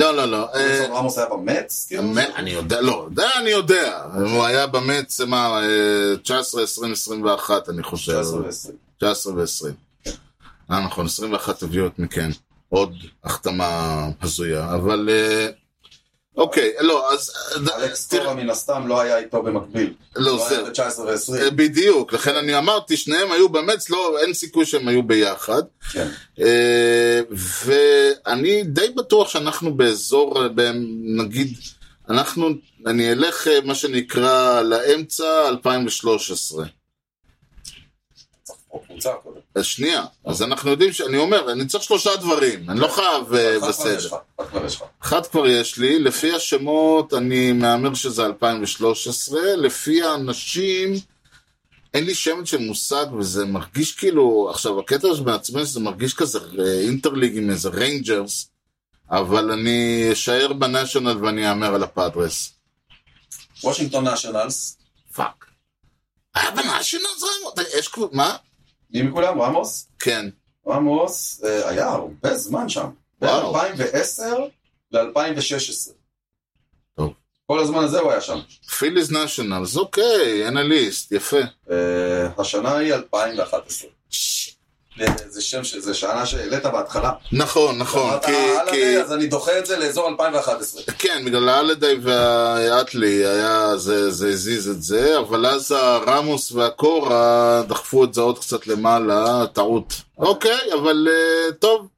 S1: לא, לא, לא. אה,
S2: ווילסון רמוס היה במץ? כאילו?
S1: המ- אני יודע, לא, זה אני יודע. הוא היה במץ, מה, אה, 19, 20, 21, אני חושב.
S2: 19 ועשרים.
S1: 19 ו-20. אה, נכון, 21 הביאו את מכן. עוד החתמה הזויה, אבל... אה, אוקיי, לא, אז...
S2: אלכס
S1: תראה,
S2: קורה מן הסתם לא היה איתו במקביל.
S1: לא,
S2: הוא היה
S1: זהו. אה,
S2: ב-19 ו-20.
S1: בדיוק, לכן אני אמרתי, שניהם היו במץ, לא, אין סיכוי שהם היו ביחד.
S2: כן.
S1: אה, ואני די בטוח שאנחנו באזור, אה, בין- נגיד, אנחנו, אני אלך אה, מה שנקרא לאמצע 2013.
S2: או קבוצה קודם.
S1: אז אה, שנייה, אז אנחנו יודעים שאני אומר, אני צריך שלושה דברים, אני לא חייב אה,
S2: אחת כבר נכון, יש
S1: בסדר.
S2: לך, אחת כבר יש לך.
S1: אחת כבר יש לי, לפי השמות אני מהמר שזה 2013, לפי האנשים אין לי שמץ של מושג וזה מרגיש כאילו, עכשיו הקטע הזה מעצבן שזה מרגיש כזה אה, אינטרליג עם איזה ריינג'רס, אבל אני אשאר בנשיונל ואני אאמר על הפאדרס.
S2: וושינגטון נשיונלס.
S1: פאק. היה בנשיונל זה רמוס? תגיד, יש כבר, מה?
S2: מי מכולם? רמוס?
S1: כן.
S2: רמוס אה, היה הרבה זמן שם. בין
S1: וואו.
S2: 2010 ל-2016.
S1: טוב.
S2: כל הזמן הזה הוא היה שם.
S1: פיליז נשיונלס, אוקיי, אנליסט, יפה.
S2: אה, השנה היא 2011. אה, זה שם ש- זה שנה שהעלית בהתחלה.
S1: נכון, נכון,
S2: אמרת,
S1: כי...
S2: "אה,
S1: כי-
S2: אללה, אז אני דוחה את זה לאזור 2011.
S1: כן, בגלל האלדיי והאטלי היה, זה, זה הזיז את זה, אבל אז הרמוס והקורה דחפו את זה עוד קצת למעלה, טעות. אוקיי, אבל אה, טוב,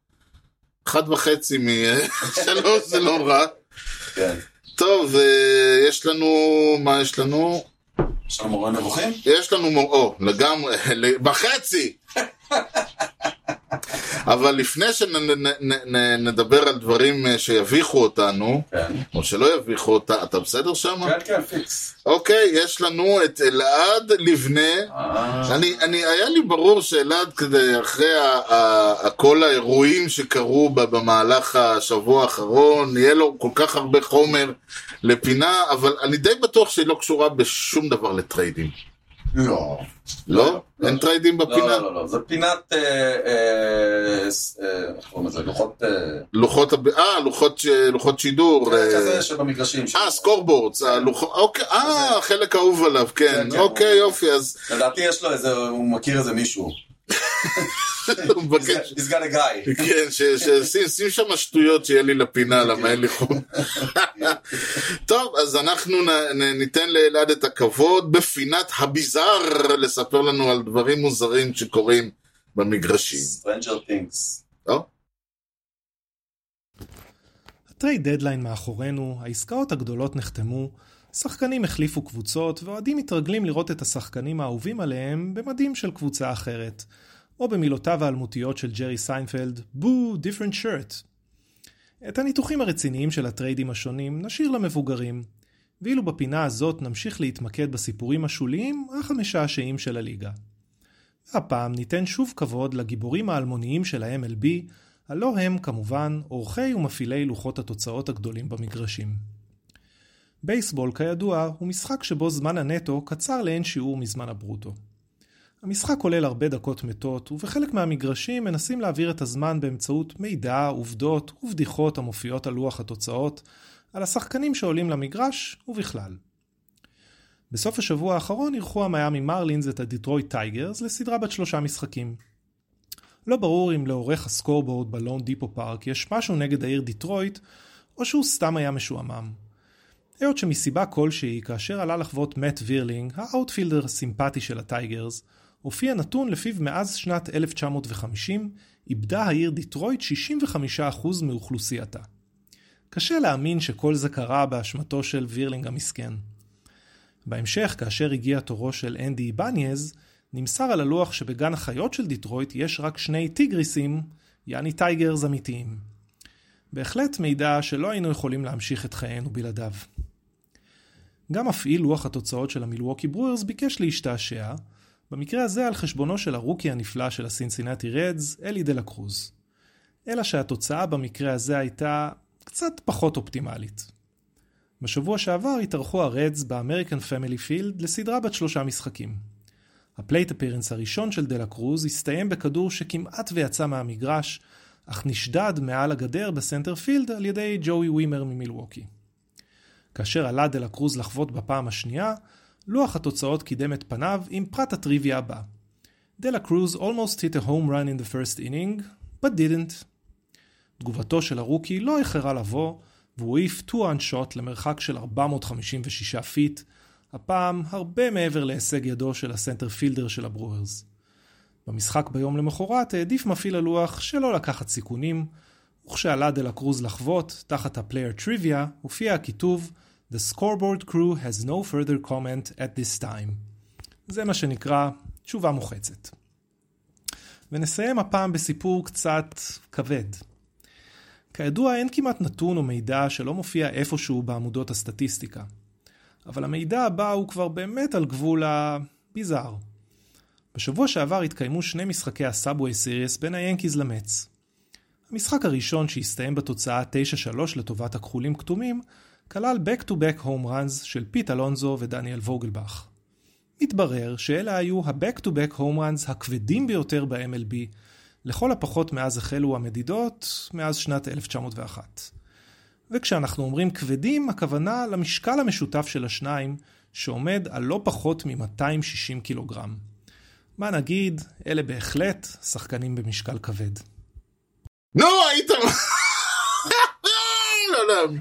S1: אחד וחצי משלוש זה לא רע.
S2: כן.
S1: טוב, אה, יש לנו, מה יש לנו?
S2: יש לנו מורה נבוכים?
S1: יש לנו מוראו, לגמרי, ל- בחצי! אבל לפני שנדבר על דברים אה, שיביכו אותנו,
S2: כן.
S1: או שלא יביכו אותה, אתה בסדר שם?
S2: כן, כן, פיקס.
S1: אוקיי, יש לנו את אלעד לבנה.
S2: אה,
S1: אני, אני, היה לי ברור שאלעד, כדי, אחרי ה, ה, ה, כל האירועים שקרו ב- במהלך השבוע האחרון, יהיה לו כל כך הרבה חומר לפינה, אבל אני די בטוח שהיא לא קשורה בשום דבר לטריידים.
S2: לא.
S1: לא? אין טריידים
S2: לא,
S1: בפינה?
S2: לא, לא, לא, זה פינת, אה, אה, ס- אה, איך קוראים לזה, לוחות, אה,
S1: לוחות, הב- אה, לוחות, ש- לוחות שידור. אה,
S2: כן, כזה שבמגרשים.
S1: אה, סקורבורדס, הלוחות, אוקיי, אה, החלק האהוב עליו, כן.
S2: כן, כן.
S1: אוקיי, יופי, אז
S2: לדעתי יש לו איזה, הוא מכיר איזה מישהו.
S1: הוא מבקש.
S2: He's got a guy.
S1: כן, ש- ש- שים- שים שם שטויות שיהיה לי לפינה, למה אין לי חום. טוב, אז אנחנו נ- נ- ניתן לאלעד את הכבוד בפינת הביזאר לספר לנו על דברים מוזרים שקורים במגרשים.
S2: Stranger Things.
S1: לא?
S5: הטרייד דדליין מאחורינו, העסקאות הגדולות נחתמו, שחקנים החליפו קבוצות, ואוהדים מתרגלים לראות את השחקנים האהובים עליהם במדים של קבוצה אחרת. או במילותיו האלמותיות של ג'רי סיינפלד, בו, different shirt. את הניתוחים הרציניים של הטריידים השונים נשאיר למבוגרים, ואילו בפינה הזאת נמשיך להתמקד בסיפורים השוליים, אך המשעשעים של הליגה. הפעם ניתן שוב כבוד לגיבורים האלמוניים של ה-MLB, הלא הם כמובן עורכי ומפעילי לוחות התוצאות הגדולים במגרשים. בייסבול, כידוע, הוא משחק שבו זמן הנטו קצר לאין שיעור מזמן הברוטו. המשחק כולל הרבה דקות מתות, ובחלק מהמגרשים מנסים להעביר את הזמן באמצעות מידע, עובדות ובדיחות המופיעות על לוח התוצאות, על השחקנים שעולים למגרש ובכלל. בסוף השבוע האחרון אירחו המיאמי מרלינס את הדיטרויט טייגרס לסדרה בת שלושה משחקים. לא ברור אם לעורך הסקורבורד בלון דיפו פארק יש משהו נגד העיר דיטרויט, או שהוא סתם היה משועמם. היות שמסיבה כלשהי, כאשר עלה לחוות מאט וירלינג, האאוטפילדר הסימפטי של הטייגרס, הופיע נתון לפיו מאז שנת 1950, איבדה העיר דיטרויט 65% מאוכלוסייתה. קשה להאמין שכל זה קרה באשמתו של וירלינג המסכן. בהמשך, כאשר הגיע תורו של אנדי איבניאז, נמסר על הלוח שבגן החיות של דיטרויט יש רק שני טיגריסים, יעני טייגרס אמיתיים. בהחלט מידע שלא היינו יכולים להמשיך את חיינו בלעדיו. גם מפעיל לוח התוצאות של המילווקי ברוארס ביקש להשתעשע, במקרה הזה על חשבונו של הרוקי הנפלא של הסינסינטי רדס, אלי דה לה קרוז. אלא שהתוצאה במקרה הזה הייתה קצת פחות אופטימלית. בשבוע שעבר התארחו הרדס באמריקן פמילי פילד לסדרה בת שלושה משחקים. הפלייט אפירנס הראשון של דלה קרוז הסתיים בכדור שכמעט ויצא מהמגרש, אך נשדד מעל הגדר בסנטר פילד על ידי ג'וי ווימר ממילווקי. כאשר עלה דלה קרוז לחבוט בפעם השנייה, לוח התוצאות קידם את פניו עם פרט הטריוויה הבא. דלה קרוז almost hit a home run in the first inning, but didn't. תגובתו של הרוקי לא איחרה לבוא, והוא העיף 2 shot למרחק של 456 פיט, הפעם הרבה מעבר להישג ידו של הסנטר פילדר של הברוורס. במשחק ביום למחרת העדיף מפעיל הלוח שלא לקחת סיכונים, וכשעלה דה לה קרוז לחוות, תחת הפלייר טריוויה, הופיע הכיתוב The scoreboard crew has no further comment at this time. זה מה שנקרא תשובה מוחצת. ונסיים הפעם בסיפור קצת כבד. כידוע אין כמעט נתון או מידע שלא מופיע איפשהו בעמודות הסטטיסטיקה. אבל המידע הבא הוא כבר באמת על גבול הביזאר. בשבוע שעבר התקיימו שני משחקי הסאבווי סיריס בין היאנקיז למץ. המשחק הראשון שהסתיים בתוצאה 9-3 לטובת הכחולים כתומים, כלל back to back home runs של פיט אלונזו ודניאל ווגלבך. מתברר שאלה היו ה-back to back home runs הכבדים ביותר ב-MLB, לכל הפחות מאז החלו המדידות, מאז שנת 1901. וכשאנחנו אומרים כבדים, הכוונה למשקל המשותף של השניים, שעומד על לא פחות מ-260 קילוגרם. מה נגיד, אלה בהחלט שחקנים במשקל כבד.
S1: נו, היית... לא יודע.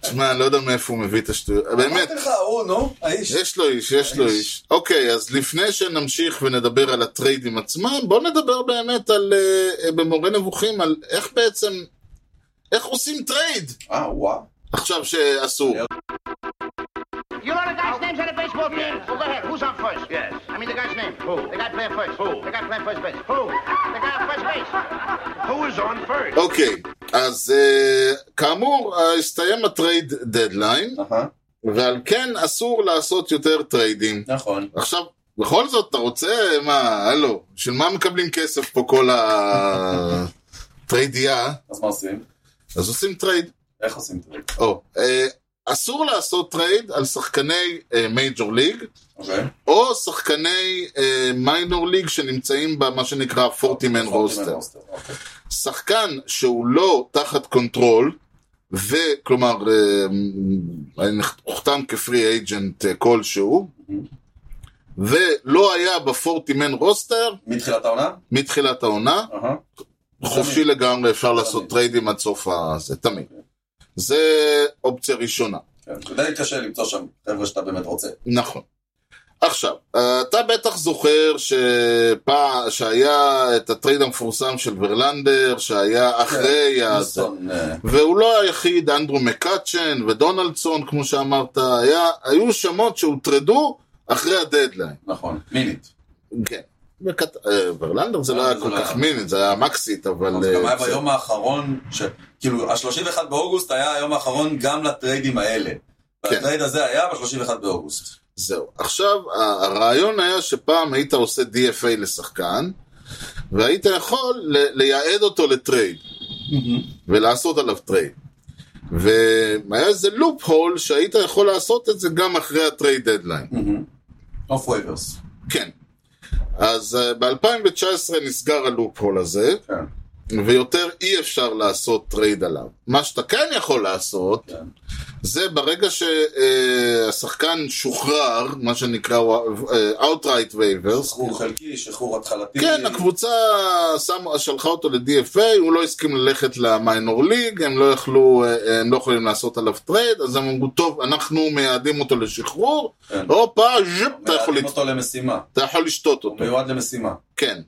S1: תשמע, אני לא יודע מאיפה הוא מביא את השטויות. באמת,
S2: אמרתי לך, הוא, נו, האיש.
S1: יש לו איש, יש לו איש. אוקיי, אז לפני שנמשיך ונדבר על הטריידים עצמם, בוא נדבר באמת על, אה, במורה נבוכים, על איך בעצם, איך עושים טרייד
S2: אה, וואו.
S1: עכשיו שעשו.
S6: You know the guy's names on the baseball team? Well, go ahead. Who's on first? Yes. I mean the guy's name. Who? The guy playing first. Who? The guy playing first base. Who? The guy on first base. Who is on first?
S1: אוקיי, אז אה, כאמור, אה, הסתיים הטרייד דדליין,
S2: אהה,
S1: ועל כן אסור לעשות יותר טריידים.
S2: נכון.
S1: עכשיו, בכל זאת, אתה רוצה, מה, הלו, של מה מקבלים כסף פה כל הטריידייה?
S2: אז מה עושים?
S1: אז עושים טרייד.
S2: איך עושים את זה?
S1: או, אה, אסור לעשות טרייד על שחקני אה, מייג'ור ליג,
S2: אוקיי.
S1: או שחקני אה, מיינור ליג שנמצאים במה שנקרא 40-man רוסטר.
S2: אוקיי.
S1: שחקן שהוא לא תחת קונטרול, וכלומר אה, הוכתם כפרי אייג'נט אה, כלשהו, ולא היה ב-40-man רוסטר
S2: מתחילת העונה?
S1: מתחילת העונה,
S2: אהה.
S1: חופשי לגמרי אפשר לעשות
S2: תמיד.
S1: טריידים עד סוף הזה, תמיד. זה אופציה ראשונה.
S2: כן, זה די קשה למצוא שם חבר'ה שאתה באמת רוצה.
S1: נכון. עכשיו, אתה בטח זוכר שפע... שהיה את הטרייד המפורסם של ברלנדר,
S2: כן,
S1: שהיה אחרי ה...
S2: ניסון, אה,
S1: והוא לא היחיד, אנדרו מקאצ'ן ודונלדסון, כמו שאמרת, היה... היו שמות שהוטרדו אחרי הדדליין.
S2: נכון, מינית.
S1: כן. בקט... אה, ברלנדר זה לא היה
S2: זה
S1: כל
S2: לא
S1: כך
S2: היה.
S1: מינית, זה היה מקסית, אבל...
S2: זה גם
S1: אה,
S2: היה ביום האחרון, ש- כאילו, ה-31 באוגוסט היה היום האחרון גם לטריידים האלה.
S1: כן.
S2: והטרייד הזה היה ב-31 באוגוסט.
S1: זהו. עכשיו, ה- הרעיון היה שפעם היית עושה DFA לשחקן, והיית יכול ל- לייעד אותו לטרייד, ולעשות עליו טרייד. והיה איזה לופ הול שהיית יכול לעשות את זה גם אחרי הטרייד דדליין.
S2: אוף וייברס.
S1: כן. אז אה, ב-2019 נסגר הלופ הול הזה,
S2: כן.
S1: ויותר אי אפשר לעשות טרייד עליו. מה שאתה כן יכול לעשות,
S2: כן.
S1: זה ברגע שהשחקן שוחרר, מה שנקרא אה, outright waivers,
S2: שחרור חלקי, שחרור התחלתי.
S1: כן, הקבוצה שמה- שלחה אותו ל-DFA, הוא לא הסכים ללכת למיינור ליג, הם לא יכלו, אה, הם לא יכולים לעשות עליו טרייד, אז הם אמרו, טוב, אנחנו מייעדים אותו לשחרור,
S2: כן.
S1: הופה, ז'ופ, לא, אתה יכול
S2: מייעדים
S1: לת-
S2: אותו למשימה.
S1: אתה יכול לשתות
S2: הוא
S1: אותו,
S2: מיועד למשימה.
S1: כן.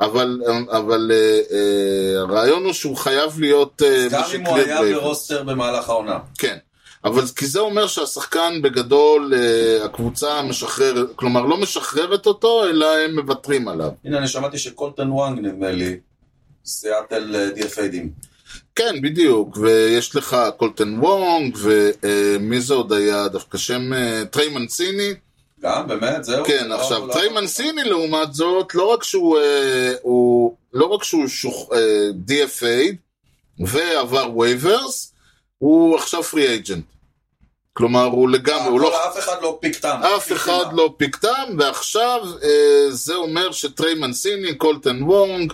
S1: אבל, אבל אה, אה, הרעיון הוא שהוא חייב להיות אה,
S2: גם
S1: מה
S2: אם
S1: שנקרא
S2: הוא היה
S1: waiver.
S2: ברוסטר במהלך העונה.
S1: כן. אבל כי זה אומר שהשחקן בגדול, אה, הקבוצה משחררת, כלומר לא משחררת אותו, אלא הם מוותרים עליו.
S2: הנה, אני שמעתי שקולטן וואנג, נדמה לי, סיאטל אה, די.אף.איי.דים.
S1: כן, בדיוק, ויש לך קולטן וונג, ומי זה עוד היה? דווקא שם אה, טריי מנסיני.
S2: גם, באמת, זהו.
S1: כן,
S2: לא,
S1: עכשיו,
S2: לא-
S1: טריי מנסיני לעומת זאת, לא רק שהוא, אה, הוא, לא רק שהוא שוח, אה, DFA ועבר וייברס, הוא עכשיו פרי אייג'נט. כלומר, הוא לגמרי, הוא לא...
S2: אבל אף אחד לא פיק טעם.
S1: אף אחד לא פיקטם, ועכשיו אה, זה אומר שטריי מנסיני, קולטן וונג,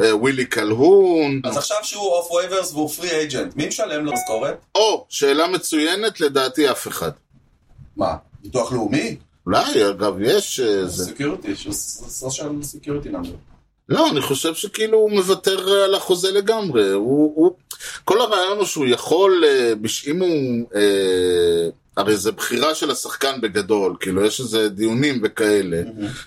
S1: אה, ווילי קלהון,
S2: אז עכשיו שהוא אוף וייברס והוא פרי אייג'נט, מי משלם לו משכורת?
S1: או, שאלה מצוינת, לדעתי אף אחד.
S2: מה? ביטוח לאומי?
S1: אולי, אגב, יש אה, זה.
S2: סקיוריטי, סושיאל סקיוריטי נאמר.
S1: לא, אני חושב שכאילו הוא מוותר על החוזה לגמרי. הוא, הוא... כל הרעיון הוא שהוא יכול, אה, בש- אם הוא... אה, הרי זה בחירה של השחקן בגדול, כאילו יש איזה דיונים וכאלה.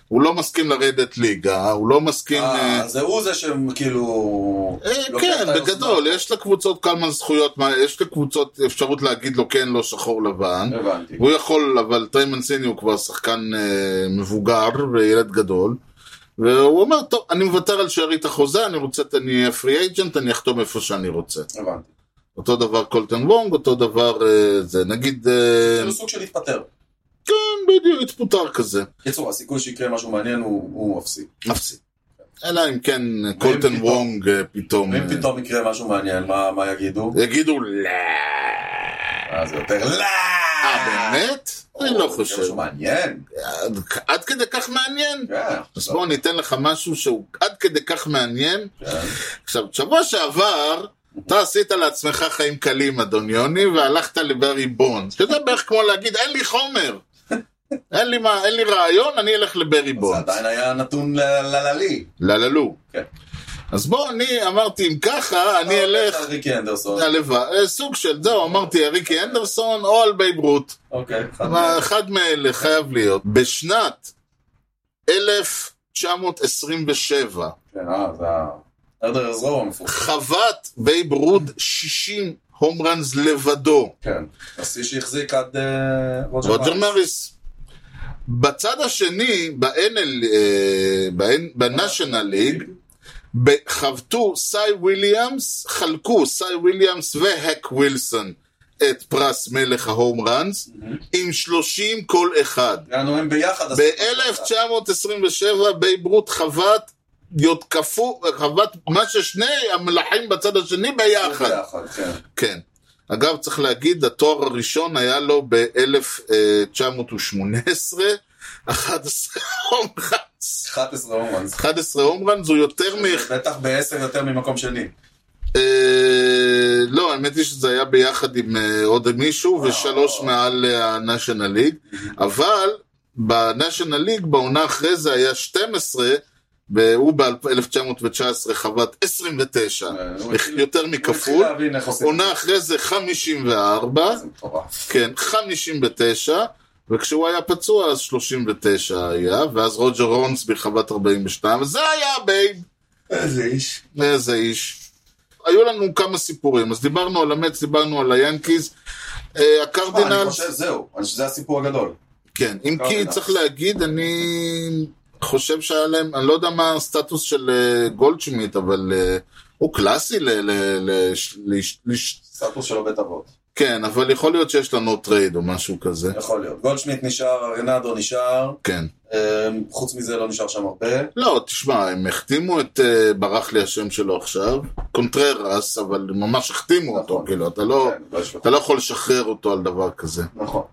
S1: הוא לא מסכים לרדת ליגה, הוא לא מסכים... אה,
S2: Mm-hmm. אה, זה הוא זה שהם כאילו...
S1: אה,
S2: לוקח
S1: כן,
S2: את היוזמה.
S1: בגדול, יש לקבוצות כמה זכויות, מה- יש לקבוצות אפשרות להגיד לו כן, לא שחור לבן.
S2: הבנתי.
S1: הוא יכול, אבל טריימנסיני הוא כבר שחקן אה, מבוגר וילד גדול. והוא אומר, טוב, אני מוותר על שארית החוזה, אני רוצה, אני אהיה פרי אייג'נט, אני אחתום איפה שאני רוצה.
S2: הבנתי.
S1: אותו דבר קולטן וונג, אותו דבר אה, זה, נגיד, אה,
S2: כאילו סוג של להתפטר.
S1: כן, בדיוק, התפוטר כזה,
S2: קיצור, הסיכוי שיקרה משהו מעניין הוא- הוא אפסי.
S1: אפסי. אלא אם כן קולטן
S2: פתאום-
S1: וונג אה, פתאום,
S2: ואם
S1: אה,
S2: פתאום יקרה משהו מעניין, מה מה יגידו?
S1: יגידו, לא,
S2: אה, זה יותר לא!
S1: אה, באמת? אני לא חושב.
S2: משהו מעניין.
S1: עד- עד כדי כך מעניין?
S2: כן.
S1: אז בואו ניתן לך משהו שהוא עד כדי כך מעניין.
S2: כן.
S1: עכשיו, שבוע שעבר, אתה עשית לעצמך חיים קלים, אדון יוני, והלכת לברי בונדס, שזה בערך כמו להגיד, אין לי חומר. אין לי, מה, אין לי רעיון, אני אלך לברי
S2: זה
S1: בונדס.
S2: עדיין היה נתון לללי.
S1: לללו.
S2: כן. אה,
S1: אז בוא, אני אמרתי, אם ככה, אני אלך,
S2: ריקי אנדרסון.
S1: הלוואי, אה, סוג של, זהו, אמרתי, ריקי אנדרסון או על בייב רות.
S2: אוקיי. אחד
S1: מה,
S2: מהם.
S1: אחד מאלה חייב להיות. בשנת 1927,
S2: כן, אה, זה ה... ארדרס רוב המפורסם.
S1: חוות בייב רות 60 הום ראנס לבדו.
S2: כן. השיא שהחזיק עד אה,
S1: רוג'ר
S2: מריס.
S1: מריס. בצד השני, ב-NL, אה, ב-N- ב-National League, ב- חבטו סי וויליאמס, חלקו סי וויליאמס והק ווילסון את פרס מלך ההום ראנס, עם 30 כל אחד.
S2: יענו, הם ביחד. עשו את זה.
S1: ב-1927 בייב רות חוות יודקפו, חוות מה ששני המלכים בצד השני ביחד.
S2: ביחד, כן.
S1: כן. אגב, צריך להגיד, התואר הראשון היה לו ב-1918, 11 הומרנס.
S2: 11 הומרנס.
S1: 11 הומרנס הוא יותר מ...
S2: בטח בעשר יותר ממקום שני.
S1: אה, לא, האמת היא שזה היה ביחד עם אה, עוד מישהו, ושלוש מעל אה, ה-National League, אבל ב-National League בעונה אחרי זה היה 12, והוא ב-1919 חוות 29,
S2: אה, הוא התחיל-
S1: יותר
S2: הוא
S1: מכפול.
S2: התחיל להבין איך עושים.
S1: עונה אחרי זה 54,
S2: זה מטורף.
S1: כן, 59, וכשהוא היה פצוע אז 39 היה, ואז רוג'ר רונסבי חוות 42, זה היה בייב.
S2: איזה איש.
S1: איזה איש. היו לנו כמה סיפורים, אז דיברנו על המץ, דיברנו על היאנקיז. אה,
S2: אני
S1: הקרדינלס,
S2: חושב, זהו. אני חושב שזה הסיפור הגדול.
S1: כן, אם כי
S2: הקרדינלס.
S1: צריך להגיד, אני חושב שהיה להם, אני לא יודע מה הסטטוס של אה, גולדשמיט, אבל אה, הוא קלאסי ל... ל- ל- ש- לש- לש-
S2: סטטוס שלו בית אבות.
S1: כן, אבל יכול להיות שיש לנו טרייד או משהו כזה.
S2: יכול להיות. גולדשמיט נשאר, רנדו נשאר.
S1: כן.
S2: אה, חוץ מזה לא נשאר שם הרבה.
S1: לא, תשמע, הם החתימו את, אה, ברח לי השם שלו עכשיו, קונטררס, אבל ממש החתימו אותו,
S2: נכון.
S1: כאילו, אתה לא...
S2: כן, לא יש לו.
S1: אתה לא יכול לשחרר אותו על דבר כזה,
S2: נכון.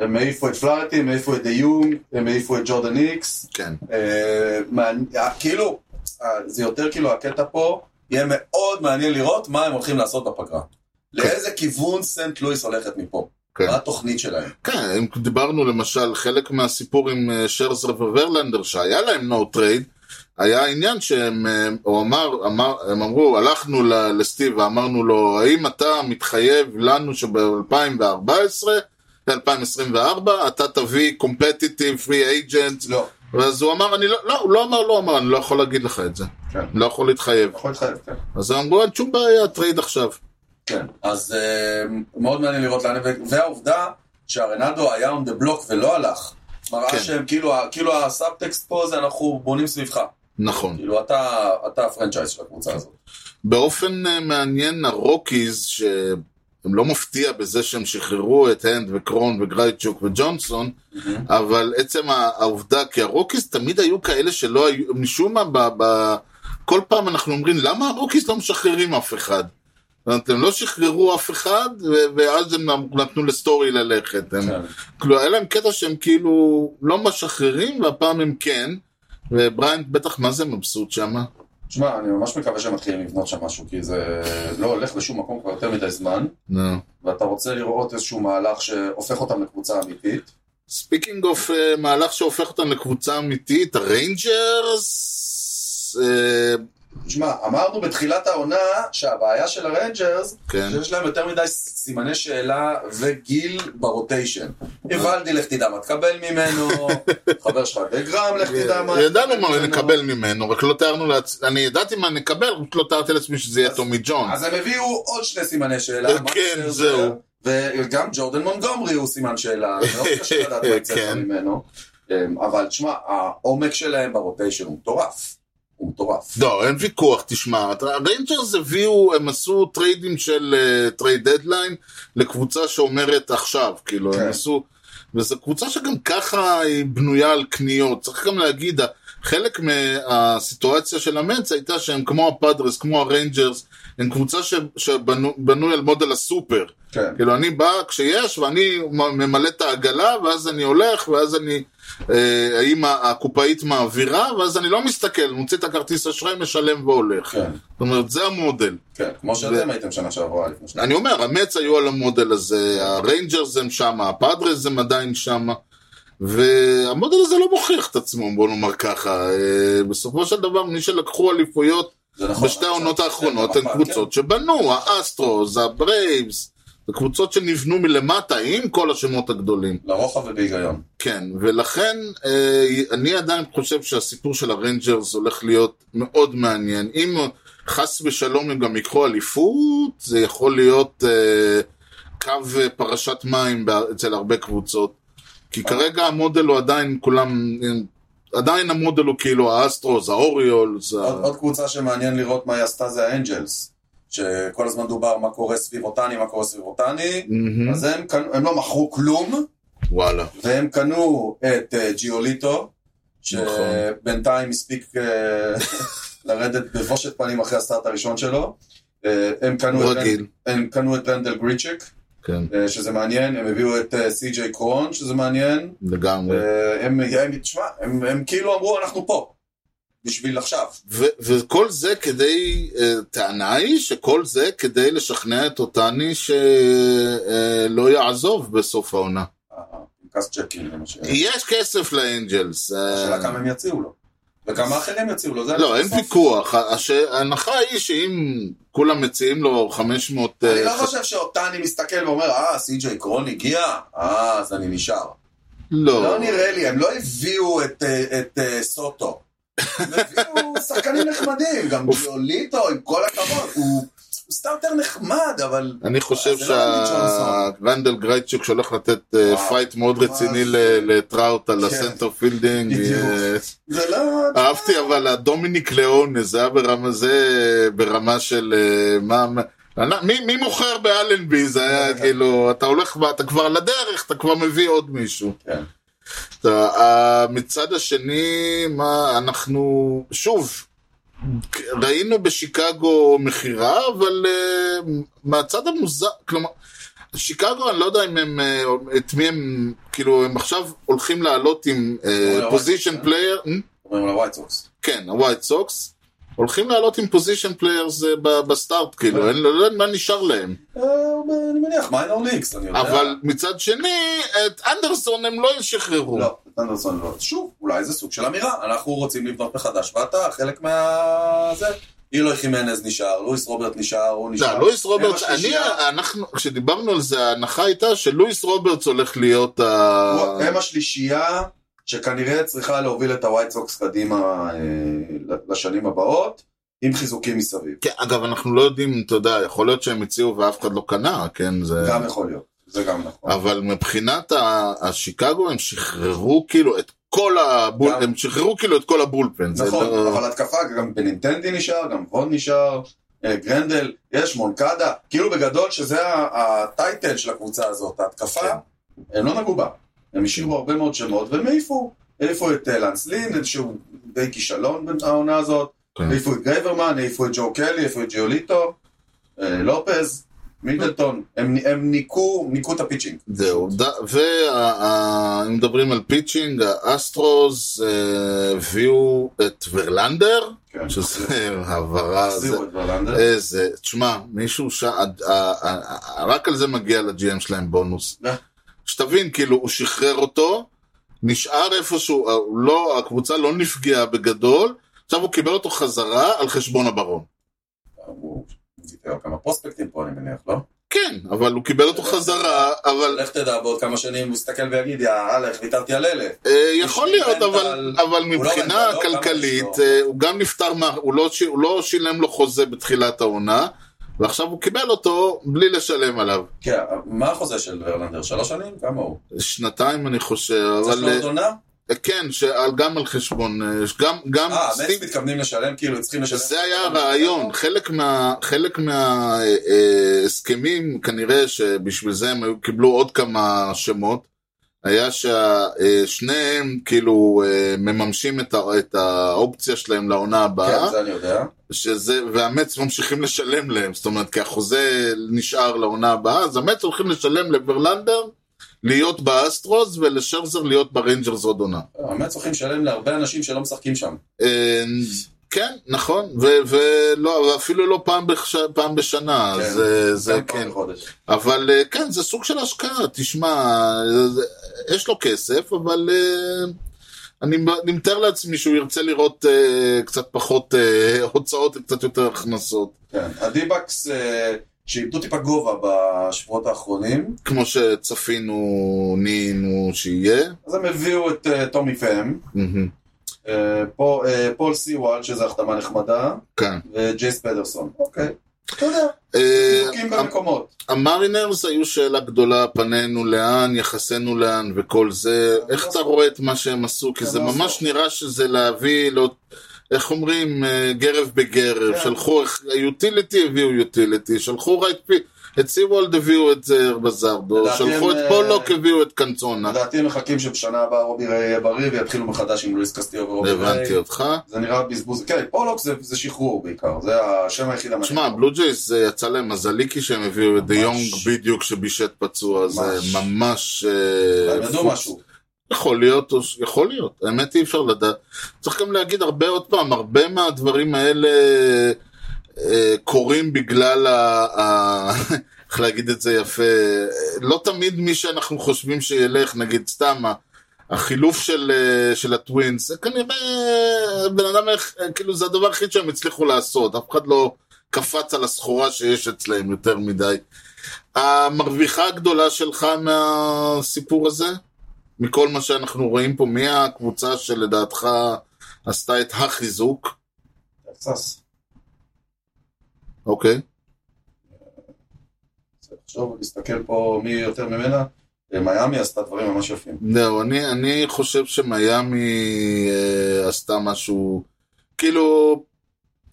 S2: הם העיפו את פלארטי, הם העיפו את דה יונג, הם העיפו את ג'ורדן איקס.
S1: כן.
S2: אה, מעניין- אה, כאילו, אה, זה יותר כאילו הקטע פה, יהיה מאוד מעניין לראות מה הם הולכים לעשות בפגרה. לאיזה כיוון סנט לואיס הולכת מפה?
S1: כן.
S2: מה התוכנית שלהם?
S1: כן, אם דיברנו למשל, חלק מהסיפור עם אה, שרזר וורלנדר, שהיה להם no trade, היה עניין שהם, אה, הוא אמר, אמר, הם אמרו, הלכנו ל- לסטיב ואמרנו לו, האם אתה מתחייב לנו שב-2014, 2024, אתה תביא competitive free agent?
S2: לא.
S1: ואז הוא אמר, אני לא, לא, הוא לא אמר, לא אמר, אני לא יכול להגיד לך את זה.
S2: כן.
S1: לא יכול להתחייב.
S2: יכול להתחייב, כן.
S1: אז הם אמרו, אין שום בעיה, טרייד עכשיו.
S2: כן. אז אה, מאוד מעניין לראות לאן... הם- והעובדה שהרנדו היה on the block ולא הלך,
S1: כן.
S2: מראה שהם כאילו, ה- כאילו הסאבטקסט פה זה אנחנו בונים סביבך.
S1: נכון.
S2: כאילו אתה, אתה הפרנצ'ייז של הקבוצה הזאת.
S1: באופן אה, מעניין, הרוקיז, שהם לא מפתיע בזה שהם שחררו את הנד וקרון וגרייצ'וק וג'ונסון,
S2: Mm-hmm.
S1: אבל עצם העובדה, כי הרוקיז תמיד היו כאלה שלא היו, משום מה, ב, ב, כל פעם אנחנו אומרים, למה הרוקיז לא משחררים אף אחד? זאת אומרת, הם לא שחררו אף אחד, ו- ואז הם נתנו לסטורי ללכת. הם,
S2: כן.
S1: כאילו, היה להם קטע שהם כאילו לא משחררים, והפעם הם כן. ובריינט בטח, מה זה מבסוט שמה?
S2: תשמע, אני ממש מקווה שהם מתחילים לבנות שם משהו, כי זה לא הולך לשום מקום כבר יותר מדי זמן.
S1: נו.
S2: ואתה רוצה לראות איזשהו מהלך שהופך אותם לקבוצה אמיתית.
S1: אה, ספיקינג אוף מהלך שהופך אותם לקבוצה אמיתית, הריינג'רס רוס, אה,
S2: תשמע, אמרנו בתחילת העונה שהבעיה של הריינג'רס,
S1: כן.
S2: שיש להם יותר מדי סימני שאלה וגיל ברוטיישן. איוולדי, לך תדע מה תקבל ממנו, חבר שלך דגרם, לך תדע מה...
S1: ידענו
S2: תקבל
S1: מה
S2: ממנו.
S1: נקבל ממנו, רק לא תיארנו לעצמי, אני ידעתי מה נקבל, רק לא תיארתי לעצמי שזה יהיה טומי ג'ון.
S2: אז הם הביאו עוד שני סימני שאלה.
S1: כן,
S2: מה יותר
S1: זהו.
S2: זה, וגם ג'ורדן מונגומרי הוא סימן שאלה, זה לא קשה לדעת מה יצא לך
S1: כן.
S2: ממנו. אמ, אבל תשמע, העומק שלהם ברוטיישן הוא מטורף. הוא מטורף.
S1: לא, אין ויכוח, תשמע, אתה- הריינג'רס הביאו, הם עשו טריידים של אה, טרייד דדליין לקבוצה שאומרת עכשיו, כאילו,
S2: כן.
S1: הם עשו, וזו קבוצה שגם ככה היא בנויה על קניות, צריך גם להגיד, חלק מהסיטואציה של המץ הייתה שהם כמו הפאדרס, כמו הריינג'רס, הם קבוצה ש- שבנוי על מודל הסופר.
S2: כן.
S1: כאילו אני בא כשיש ואני ממלא את העגלה ואז אני הולך ואז אני אה, האם הקופאית מעבירה ואז אני לא מסתכל, מוציא את הכרטיס אשראי, משלם והולך.
S2: כן.
S1: זאת אומרת זה המודל.
S2: כן, כמו שאתם הייתם שנה שעברה לפני שנה.
S1: אני אומר, המץ היו על המודל הזה, הריינג'רס הם שמה, הפאדרס הם עדיין שמה. והמודל הזה לא מוכיח את עצמו, בוא נאמר ככה. אה, בסופו של דבר, מי שלקחו אליפויות
S2: זה נכון.
S1: בשתי העונות האחרונות
S2: כן,
S1: הן
S2: כן.
S1: קבוצות שבנו, האסטרוס, הברייבס, זה קבוצות שנבנו מלמטה עם כל השמות הגדולים.
S2: לרוחב ובהיגיון.
S1: כן, ולכן אה, אני עדיין חושב שהסיפור של הריינג'רס הולך להיות מאוד מעניין. אם חס ושלום הם גם ייקחו אליפות, זה יכול להיות אה, קו אה, פרשת מים בה- אצל הרבה קבוצות. כי כרגע המודל הוא עדיין כולם... אה, עדיין המודל הוא כאילו האסטרוס, האוריולס, ה-
S2: עוד עוד קבוצה שמעניין לראות מה היא עשתה זה האנג'לס. שכל הזמן דובר מה קורה סביב אותני, מה קורה סביב אותני.
S1: מהמם.
S2: אז הם קנו- הם לא מכרו כלום,
S1: וואלה.
S2: והם קנו את אה,
S1: נכון.
S2: ג'יוליטו, שבינתיים הספיק אה, לרדת בבושת פנים אחרי הסטארט הראשון שלו. אה, הם קנו את
S1: רגיל.
S2: הם קנו את רנדל גריצ'יק,
S1: כן,
S2: אה, שזה מעניין, הם הביאו את אה, סי.ג'יי קרון, שזה מעניין.
S1: לגמרי.
S2: אה, הם, הם, תשמע, הם, הם כאילו אמרו, אנחנו פה. בשביל עכשיו.
S1: ו- וכל זה כדי, אה, טענה היא שכל זה כדי לשכנע את אותני שלא יעזוב בסוף העונה.
S2: פנקס צ'קים זה מה ש...
S1: יש כסף לאנג'לס. אה,
S2: השאלה כמה הם יציעו לו. וכמה אחרים יציעו לו. זה
S1: לא, אין
S2: בסוף.
S1: ויכוח. הש- ההנחה היא שאם כולם מציעים לו 500...
S2: אני
S1: אה,
S2: לא
S1: ח-
S2: חושב שאותה אני מסתכל ואומר, אה, סי.ג'יי קרון הגיע? אה, אז אני נשאר.
S1: לא.
S2: לא נראה לי, הם לא הביאו את, אה, את אה, סוטו. הם הביאו שחקנים נחמדים, גם גיוליטו, עם כל הכבוד. הוא הוא סטארטר נחמד, אבל...
S1: אני חושב
S2: זה לא רוני ג'ונסון.
S1: שהוונדל גרייצ'וק שהולך לתת אה,
S2: וואו.
S1: פייט מאוד רציני ל- לטראוט על
S2: כן.
S1: הסנטר פילדינג.
S2: בדיוק.
S1: אה,
S2: זה לא...
S1: אהבתי אבל הדומיניק ליאונה זה היה ברמה זה ברמה של אה, מה מה- אני- מי, מי מוכר באלנבי זה היה
S2: כן.
S1: כאילו אתה הולך ב- אתה כבר על הדרך אתה כבר מביא עוד מישהו.
S2: כן.
S1: אתה- אה, מצד השני מה אנחנו שוב ראינו בשיקגו מכירה אבל אה, מהצד המוזר כלומר שיקגו אני לא יודע אם הם אה, את מי הם כאילו הם עכשיו הולכים לעלות עם אה,
S2: אולי אה?
S1: פוזיישן
S2: אורן,
S1: פלייר.
S2: אומרים על הווייט סוקס.
S1: כן, הווייט סוקס, הולכים לעלות עם פוזיישן פליירס בסטארט, כאילו, אין לא יודע מה נשאר להם.
S2: אה, אני מניח, מיינור לינקס, אני יודע.
S1: אבל מצד שני, את אנדרסון הם לא ישחררו.
S2: לא, את אנדרסון לא. שוב, אולי זה סוג של אמירה, אנחנו רוצים לבנות מחדש, ואתה חלק מה... זה. אילוי חימנז נשאר, לואיס רוברט נשאר, הוא נשאר.
S1: לא, לואיס רוברטס,
S2: הם
S1: אני,
S2: השלישייה-
S1: אנחנו, כשדיברנו על זה, ההנחה הייתה שלואיס רוברטס הולך להיות ה...
S2: הוא- הם השלישייה שכנראה צריכה להוביל את הווייט סוקס קדימה אה, לשנים הבאות, עם חיזוקים מסביב.
S1: כן, אגב, אנחנו לא יודעים, אתה יודע, יכול להיות שהם הציעו ואף אחד לא קנה, כן, זה...
S2: גם יכול להיות, זה גם נכון.
S1: אבל מבחינת ה- השיקגו, הם שחררו כאילו את כל הבול...
S2: גם-
S1: הם שחררו כאילו את כל הבולפן. זה
S2: נכון,
S1: לא-
S2: אבל התקפה גם בנינטנדי נשאר, גם וון נשאר, אה, גרנדל, יש מונקדה, כאילו בגדול שזה ה- הטייטל של הקבוצה הזאת, ההתקפה,
S1: כן.
S2: הם לא נגעו בה. הם השאירו הרבה מאוד שמות, והם העיפו, העיפו את אה, לנס לין, שהוא די כישלון בין העונה הזאת,
S1: כן.
S2: העיפו את גרייברמן, העיפו את ג'ו קלי, העיפו את ג'יוליטו, אה, לופז, מידלטון, הם הם ניקו ניקו את הפיצ'ינג.
S1: זהו, ואם מדברים על פיצ'ינג, האסטרוס אה, הביאו את ורלנדר,
S2: כן.
S1: שזה העברה, זה-
S2: החזירו את אה, ורלנדר.
S1: אה, איזה, תשמע, מישהו ש... ה- ה- ה- רק על זה מגיע לג'י.אם שלהם בונוס.
S2: אה.
S1: שתבין, כאילו, הוא שחרר אותו, נשאר איפשהו, אה, הוא לא, הקבוצה לא נפגעה בגדול, עכשיו הוא קיבל אותו חזרה על חשבון הברון.
S2: הוא סיפר כמה פרוספקטים פה, אני מניח, לא?
S1: כן, אבל הוא קיבל אותו חזרה, אבל
S2: לך תדע, בעוד כמה שנים הוא יסתכל ויגיד, יא אלף, ויתרתי על אלה.
S1: אה, יכול להיות, אבל,
S2: מנטל-
S1: אבל
S2: הוא לא
S1: מבחינה
S2: מנטל, לא,
S1: כלכלית,
S2: כמה
S1: אה, הוא גם נפטר, מה, הוא, לא, ש- הוא לא שילם לו חוזה בתחילת העונה, ועכשיו הוא קיבל אותו בלי לשלם עליו.
S2: כן, מה החוזה של ורלנדר? שלוש שנים? כמה הוא?
S1: שנתיים אני חושב,
S2: צריך
S1: אבל
S2: לעוד
S1: אה,
S2: עונה?
S1: כן, שעל, גם על חשבון, אה, גם, גם
S2: אה,
S1: סטיב
S2: המץ מתכוונים לשלם, כאילו, צריכים לשלם.
S1: זה היה הרעיון, חלק מה- חלק מההסכמים, כנראה שבשביל זה הם היו- קיבלו עוד כמה שמות, היה ששניהם כאילו אה, מממשים את ה- את האופציה שלהם לעונה הבאה,
S2: כן, זה אני יודע.
S1: שזה, והמץ ממשיכים לשלם להם, זאת אומרת, כי החוזה נשאר לעונה הבאה, אז המץ הולכים לשלם לברלנדר להיות באסטרוס ולשרזר להיות בריינג'רס עוד עונה.
S2: המץ הולכים לשלם להרבה אנשים שלא משחקים שם.
S1: אה, כן, נכון, ו- ולא, ואפילו לא פעם, בש... פעם בשנה,
S2: כן.
S1: זה, זה
S2: גם פעם
S1: כן.
S2: בחודש.
S1: אבל אה, כן, זה סוג של השקעה, תשמע, אה, זה- זה- יש לו כסף, אבל אה, אני, אני מתאר לעצמי שהוא ירצה לראות אה, קצת פחות אה, הוצאות וקצת יותר הכנסות,
S2: כן. הדיבקס, אה, שאיבדו טיפה גובה בשבועות האחרונים,
S1: כמו שצפינו, נינו שיהיה.
S2: אז הם הביאו את אה, טומי פאם,
S1: מהמם,
S2: אה, פה, אה, פול סי-וואל, שזו החתמה נחמדה,
S1: כן.
S2: וג'ייס פדרסון. אוקיי. אתה יודע,
S1: אה,
S2: חוקים במקומות.
S1: המרינרס היו שאלה גדולה, פנינו לאן, יחסינו לאן וכל זה. איך אתה רואה את מה שהם עשו? כי זה
S2: הם לא
S1: ממש
S2: עשו.
S1: נראה שזה להביא, לא- איך אומרים, אה, גרב בגרב.
S2: כן.
S1: שלחו, יוטיליטי הביאו יוטיליטי, שלחו רק פי... את סיוולד הביאו את אה, בזארדו,
S2: לדעתי
S1: שלחו את
S2: הם, אה,
S1: פולוק, הביאו את קנצונה.
S2: לדעתי הם מחכים שבשנה הבאה רובי ריי יהיה בריא ויתחילו מחדש עם לואיס קסטיו ורובי
S1: הבנתי
S2: ריי.
S1: אותך.
S2: זה נראה בזבוז, כן, פולוק זה, זה שחרור בעיקר, זה השם היחיד המעניין.
S1: תשמע, בלו ג'ייס זה אה, יצא להם מזלי כי שהם הביאו את דה יונג בדיוק שבישט פצוע, זה
S2: ממש.
S1: ממש... אה,
S2: הם ידעו
S1: פוקס.
S2: משהו.
S1: יכול להיות, או ש- יכול להיות, האמת אי אפשר לדעת. צריך גם להגיד הרבה, עוד פעם, הרבה מהדברים האלה אה, קורים בגלל ה... ה... איך להגיד את זה יפה, אה, לא תמיד מי שאנחנו חושבים שילך, נגיד סתם, ה- החילוף של, אה, של הטווינס, זה כנראה בן אדם, איך- אה, כאילו זה הדבר היחיד שהם הצליחו לעשות, אף אחד לא קפץ על הסחורה שיש אצלהם יותר מדי. המרוויחה הגדולה שלך מהסיפור הזה? מכל מה שאנחנו רואים פה, מי הקבוצה שלדעתך עשתה את החיזוק,
S2: טקסס.
S1: אוקיי?
S2: צריך לחשוב ולהסתכל פה מי יותר ממנה. אה, מיאמי עשתה דברים ממש יפים.
S1: זהו, אני, אני חושב שמיאמי אה, עשתה משהו, כאילו,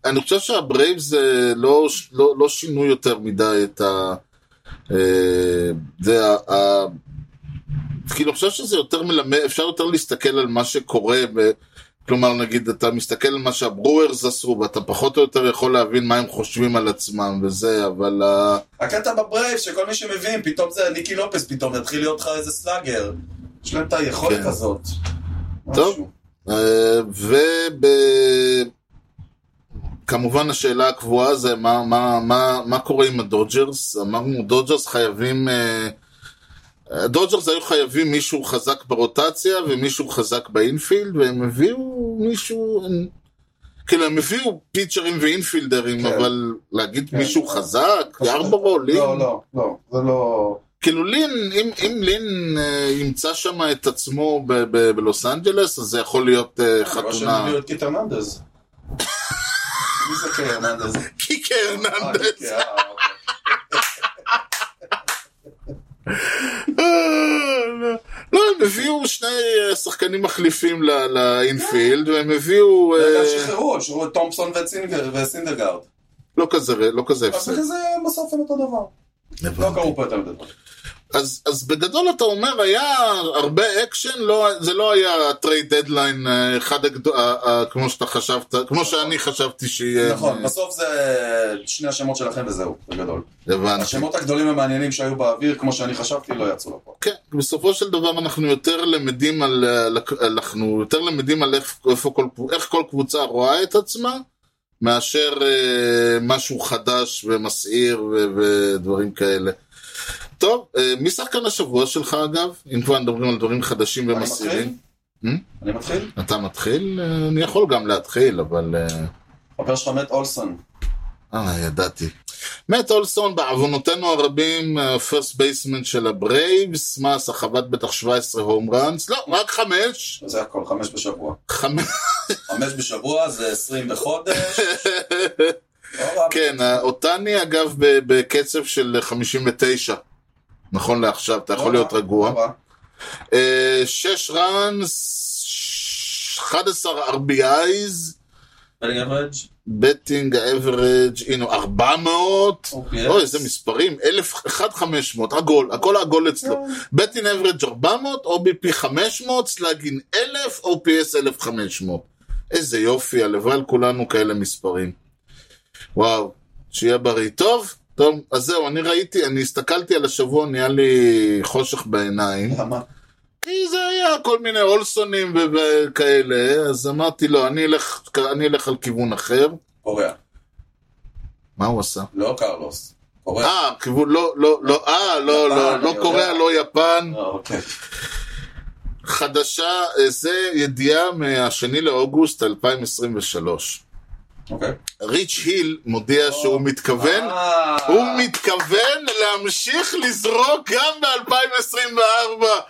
S1: אני חושב שהברייבס אה, לא, לא, לא שינו יותר מדי את ה... אה, זה ה... ה כאילו, אני חושב שזה יותר מלמד, אפשר יותר להסתכל על מה שקורה, ב, כלומר, נגיד, אתה מסתכל על מה שהברוארס עשו, ואתה פחות או יותר יכול להבין מה הם חושבים על עצמם וזה, אבל... אה, ה...
S2: הקטע בברייב שכל מי שמבין, פתאום זה ניקי לופס, פתאום יתחיל להיות לך איזה סלאגר. יש להם את היכולת
S1: כן.
S2: הזאת.
S1: טוב.
S2: משהו.
S1: אה, וכמובן השאלה הקבועה זה מה, מה, מה, מה קורה עם הדודג'רס? אמרנו דודג'רס חייבים... אה, הדודג'רס היו חייבים מישהו חזק ברוטציה ומישהו חזק באינפילד והם הביאו מישהו... הם- כאילו הם הביאו פיצ'רים ואינפילדרים
S2: כן.
S1: אבל להגיד
S2: כן.
S1: מישהו חזק?
S2: פשוט-
S1: ארברו? לין?
S2: לא, לא, לא, זה לא...
S1: כאילו לין, אם, אם לין אה, ימצא שם את עצמו ב- ב- בלוס אנג'לס אז זה יכול להיות אה,
S2: אני רואה
S1: חתונה.
S2: שהם הביאו את קיט הרננדז. מי זה קיט הרננדז?
S1: קיקי
S2: אה,
S1: הרננדז.
S2: אוקיי, אה, אוקיי. אה,
S1: לא, הם הביאו שני אה, שחקנים מחליפים ל- לאינפילד, והם הביאו... אה,
S2: והם גם שחררו, שחררו את תומפסון ואת סינגר- וסינדרגרד.
S1: לא כזה ר- לא כזה
S2: אז
S1: הפסד.
S2: זה בסוף הם אותו דבר. לא קראו פה יותר מדי. דברים.
S1: אז אז בגדול אתה אומר, היה הרבה אקשן, לא- זה לא היה הטרייד דדליין אה, אחד הגדול, כמו שאתה חשבת, כמו שאני חשבתי שיהיה.
S2: נכון, בסוף זה שני השמות שלכם וזהו, בגדול.
S1: נכון. הבנתי.
S2: השמות הגדולים המעניינים שהיו באוויר, כמו שאני חשבתי, לא יצאו לפועל.
S1: כן, בסופו של דבר אנחנו יותר למדים על, על- אנחנו יותר למדים על איך, איפה כל, איך כל קבוצה רואה את עצמה, מאשר אה, משהו חדש ומסעיר ו, ודברים כאלה. טוב, אה, מי שחקן השבוע שלך אגב? אם כבר מדברים על דברים חדשים
S2: אני מתחיל?
S1: ומסעירים.
S2: אני מתחיל?
S1: אתה מתחיל? אה, אני יכול גם להתחיל, אבל... אה,
S2: חבר שלך מת אולסון.
S1: אה, ידעתי. מאט אולסון, בעוונותינו הרבים, פרסט בייסמן של הברייבס, מה, סחבת בטח 17 הום ראנס? לא, רק חמש.
S2: זה הכל, חמש בשבוע.
S1: חמש.
S2: חמש בשבוע זה עשרים בחודש. לא רע.
S1: כן, אותני אגב ב- בקצב של 59. נכון לעכשיו, אתה יכול
S2: לא
S1: להיות
S2: רע,
S1: רגוע.
S2: לא רע.
S1: אה, שש ראנס, 11 RBIs,
S2: Betting average?
S1: בטינג האברג' הנה 400,
S2: אוקיי.
S1: אוי לא, איזה מספרים, 1,500, עגול, הכל עגול אצלו, בטינג האברג' 400, OBP 500, סלאגין 1,000, OPS 1,500. איזה יופי, הלוואי על כולנו כאלה מספרים. וואו, שיהיה בריא. טוב, טוב, אז זהו, אני ראיתי, אני הסתכלתי על השבוע, נהיה לי חושך בעיניים.
S2: למה?
S1: כי זה היה כל מיני אולסונים ו- וכאלה, אז אמרתי לו, אני אלך, אני אלך על כיוון אחר.
S2: קוריאה.
S1: מה הוא עשה?
S2: לא קרלוס. קוריאה.
S1: אה, כיוון, לא, לא, לא, אה, לא, לא,
S2: יפן,
S1: לא
S2: אני
S1: קוריאה,
S2: יודע.
S1: לא יפן.
S2: אה, אוקיי.
S1: חדשה, אה, זה ידיעה מהשני לאוגוסט 2023.
S2: אוקיי.
S1: ריץ' היל מודיע שהוא מתכוון,
S2: אה.
S1: הוא מתכוון להמשיך לזרוק גם ב-2024.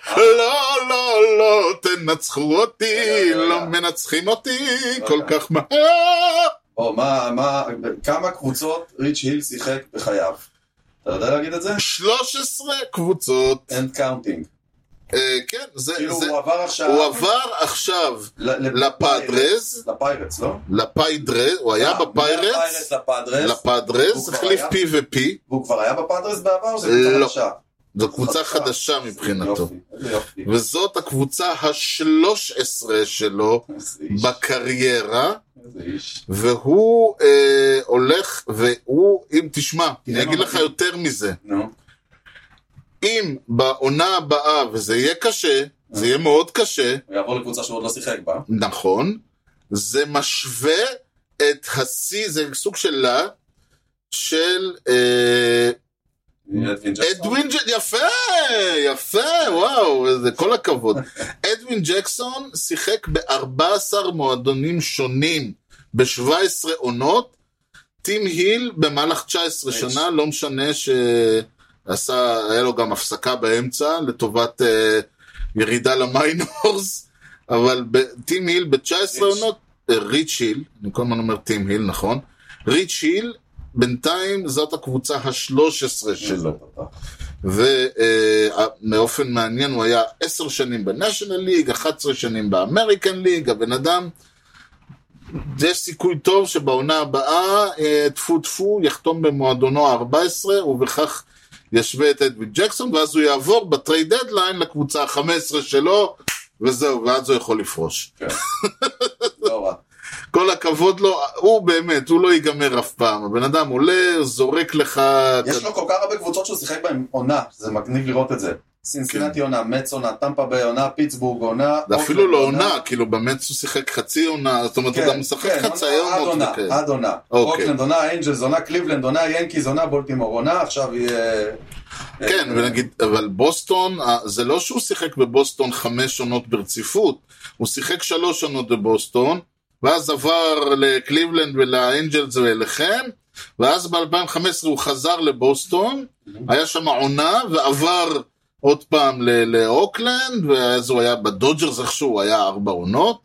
S2: אה.
S1: לא, לא, לא, תנצחו אותי,
S2: רגע, רגע.
S1: לא מנצחים אותי כל
S2: רגע.
S1: כך מהר.
S2: או, מה, מה, כמה קבוצות ריץ' היל שיחק בחייו? אתה יודע להגיד את זה?
S1: 13 קבוצות.
S2: אין קאונטינג.
S1: אה, כן, זה,
S2: כאילו
S1: זה,
S2: הוא עבר עכשיו...
S1: הוא עבר עכשיו
S2: ל- ל-
S1: לפאדרס,
S2: לפיירטס, לא?
S1: לפיידרס, הוא היה
S2: אה,
S1: בפיירס,
S2: מהפיירטס לפאדרס,
S1: לפאדרס,
S2: הוא כבר
S1: החליף
S2: היה?
S1: פי ופי,
S2: והוא כבר היה בפאדרס בעבר, או שזה
S1: לא.
S2: קבוצה חדשה?
S1: זו קבוצה
S2: חדשה.
S1: חדשה מבחינתו.
S2: יופי, איזה יופי.
S1: וזאת הקבוצה השלוש עשרה שלו
S2: איזה איש,
S1: בקריירה,
S2: איזה איש.
S1: והוא אה, הולך, והוא, אם תשמע,
S2: מה
S1: אני אגיד לך
S2: מדהים.
S1: יותר מזה,
S2: נו,
S1: אם בעונה הבאה, וזה יהיה קשה, זה יהיה מאוד קשה,
S2: הוא יעבור לקבוצה שהוא עוד לא שיחק בה.
S1: נכון, זה משווה את השיא, זה סוג של לה, של אה,
S2: אדווין ג'קסון.
S1: אדווין ג'קסון, יפה, יפה, וואו, איזה כל הכבוד. אדווין ג'קסון שיחק ב-14 מועדונים שונים ב-17 עונות, טים היל במהלך 19
S2: יש.
S1: שנה, לא משנה שעשה, היה לו גם הפסקה באמצע לטובת אה, ירידה למיינורס, אבל ב- טים היל ב-19
S2: ריץ'.
S1: עונות, אה, ריץ' היל, אני כל הזמן אומר טים היל, נכון? ריץ' היל, בינתיים זאת הקבוצה ה-13 שלו.
S2: לא,
S1: ובאופן מעניין הוא היה עשר שנים בניישנל ליג, 11 שנים באמריקן ליג, הבן אדם, יש סיכוי טוב שבעונה הבאה, אה, טפו טפו, יחתום במועדונו ה-14, ובכך ישווה את אדווין ג'קסון, ואז הוא יעבור בטרייד דדליין לקבוצה ה-15 שלו, וזהו, ואז הוא יכול לפרוש.
S2: לא רע.
S1: כל הכבוד לו, הוא באמת, הוא לא ייגמר אף פעם. הבן אדם עולה, זורק לך...
S2: יש לו כל כך הרבה קבוצות שהוא שיחק בהן עונה, זה מגניב לראות את זה. סינסינטי עונה, מצ עונה, טמפה ביי עונה, פיטסבורג עונה.
S1: זה אפילו כן.
S2: אוקלנד
S1: לא עונה, כאילו במץ הוא שיחק חצי עונה, זאת אומרת הוא גם משחק חצאי
S2: כן, עונה, עד
S1: עונות
S2: עונה,
S1: וכאלה.
S2: עד עונה.
S1: אוקיי.
S2: אוקלנד עונה, איינג'לס עונה, קליבלנד עונה, ינקיז עונה, בולטימור עונה, עכשיו יהיה... אה,
S1: כן, ונגיד, אבל בוסטון, אה, זה לא שהוא שיחק בבוסטון חמש עונות ברציפות, הוא שיחק שלוש עונות בבוסטון, ואז עבר לקליבלנד ולאנג'לס ואליכם, ואז ב-2015 הוא חזר לבוסטון, היה שם עונה, ועבר עוד פעם ל- לאוקלנד, ואז הוא היה בדודג'רס איכשהו, הוא היה ארבע עונות,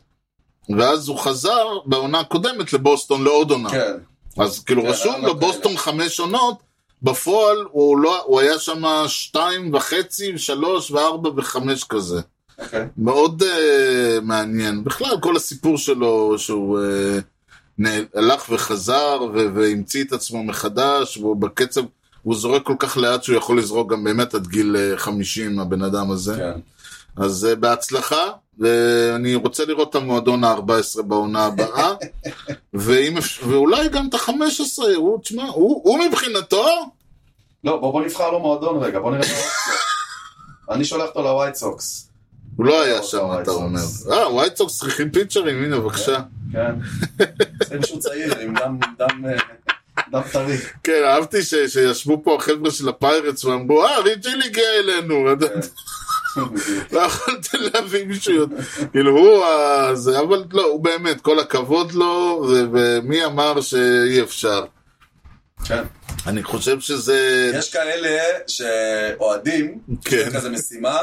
S1: ואז הוא חזר בעונה הקודמת לבוסטון לעוד עונה.
S2: כן.
S1: אז כאילו
S2: כן,
S1: רשום
S2: ארבע כאלה.
S1: בבוסטון חמש עונות, בפועל הוא, לא, הוא היה שם שתיים וחצי, שלוש וארבע וחמש כזה.
S2: אוקיי.
S1: מאוד uh, מעניין. בכלל, כל הסיפור שלו, שהוא uh, נעל, הלך וחזר ו- והמציא את עצמו מחדש, והוא בקצב, הוא זורק כל כך לאט שהוא יכול לזרוק גם באמת עד גיל אה, 50, הבן אדם הזה.
S2: כן.
S1: אז אה, בהצלחה, ואני רוצה לראות את המועדון ה-14 בעונה הבאה, ואם, אפ- ואולי גם את ה-15, הוא, תשמע, הוא, הוא מבחינתו,
S2: לא, בוא בוא נבחר לו מועדון רגע, בוא נראה מה הוא עושה. אני שולח אותו לווייט סוקס.
S1: הוא לא היה שם,
S2: וייט
S1: אתה אומר.
S2: סוקס.
S1: אה, ווייט סוקס צריכים פיצ'רים, הנה בבקשה.
S2: כן. זה מישהו צעיר עם דם, דם, אה, דם טרי.
S1: כן, אהבתי ש, שישבו פה החבר'ה של הפיירטס ואמרו, אה, ריג'יל הגיע אלינו. לא יכולתי להביא מישהו יותר, כאילו הוא ה... זה, אבל לא, הוא באמת, כל הכבוד לו, ו- ומי אמר שאי אפשר.
S2: כן.
S1: אני חושב שזה...
S2: יש כאלה שאוהדים,
S1: כן.
S2: כזה משימה,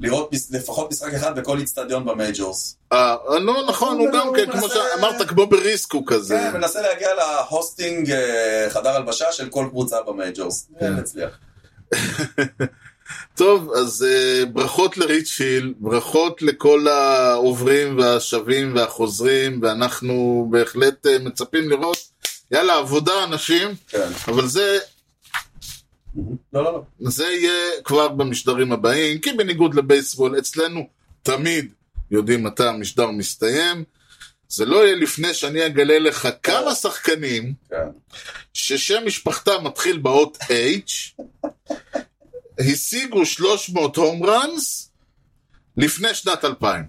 S2: לראות מס- לפחות משחק אחד בכל איצטדיון במייג'ורס.
S1: אה, לא, נכון, הוא
S2: הוא
S1: גם כן, כמו
S2: מנסה-
S1: שאמרת, כמו בריסק הוא כזה.
S2: כן, מנסה להגיע להוסטינג אה, חדר הלבשה של כל קבוצה במייג'ורס. כן, הצליח.
S1: טוב, אז אה, ברכות לריצ'יל, ברכות לכל העוברים והשבים והחוזרים, ואנחנו בהחלט אה, מצפים לראות. יאללה, עבודה, אנשים,
S2: כן.
S1: אבל זה
S2: לא, לא, לא.
S1: זה יהיה כבר במשדרים הבאים, כי בניגוד לבייסבול, אצלנו תמיד יודעים מתי המשדר מסתיים. זה לא יהיה לפני שאני אגלה לך כמה שחקנים
S2: כן.
S1: ששם משפחתם מתחיל באות H, השיגו 300 הום ראנס לפני שנת 2000.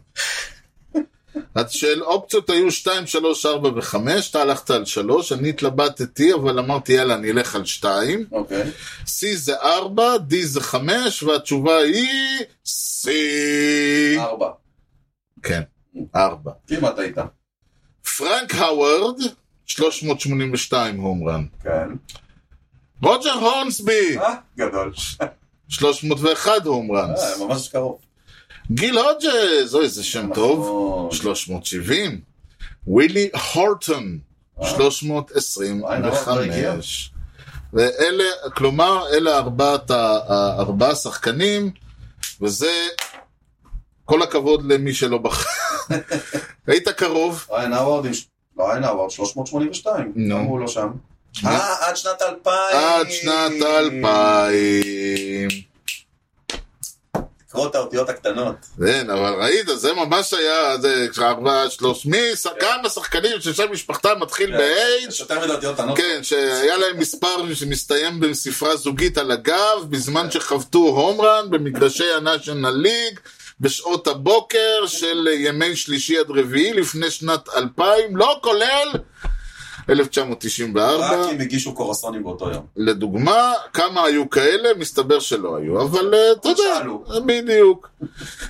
S1: אז של אופציות היו 2, 3, 4 ו-5, אתה הלכת על 3, אני התלבטתי, אבל אמרתי יאללה, אני אלך על 2.
S2: אוקיי.
S1: C זה 4, D זה 5, והתשובה היא C.
S2: ארבע.
S1: כן, 4.
S2: כמעט היית.
S1: פרנק האוורד, 382 הום רן.
S2: כן.
S1: רוג'ר הורנסבי,
S2: אה, גדול.
S1: 301 הום ראנס.
S2: אה, ממש קרוב.
S1: גיל הודג'ז, אוי, זה שם טוב.
S2: נכון.
S1: 370. ווילי הורטון,
S2: אה.
S1: 325. ואלה, כלומר, אלה ארבעת ה- ה- ארבעה השחקנים, וזה כל הכבוד למי שלא בחר. היית קרוב.
S2: ריין האווארד עם... ש- לא, ריין האווארד 382.
S1: נו.
S2: למה הוא לא שם? אה, עד שנת 2000.
S1: עד שנת 2000.
S2: תקרוא את האותיות הקטנות.
S1: כן, אבל ראית, זה ממש היה, זה ארבע, שלוש, מי, ש- כמה שחקנים ששם משפחתם
S2: כן.
S1: מתחיל ב-H,
S2: יש יותר מדי אותיות קטנות.
S1: כן, שהיה להם מספר שמסתיים בספרה זוגית על הגב, בזמן שחבטו הומרן במגרשי הנאשונל ליג, בשעות הבוקר של ימי שלישי עד רביעי לפני שנת 2000, לא כולל 1994.
S2: רק אם הגישו קורסונים באותו יום.
S1: לדוגמה, כמה היו כאלה? מסתבר שלא היו, אבל אה, אתה יודע,
S2: שאלו.
S1: בדיוק.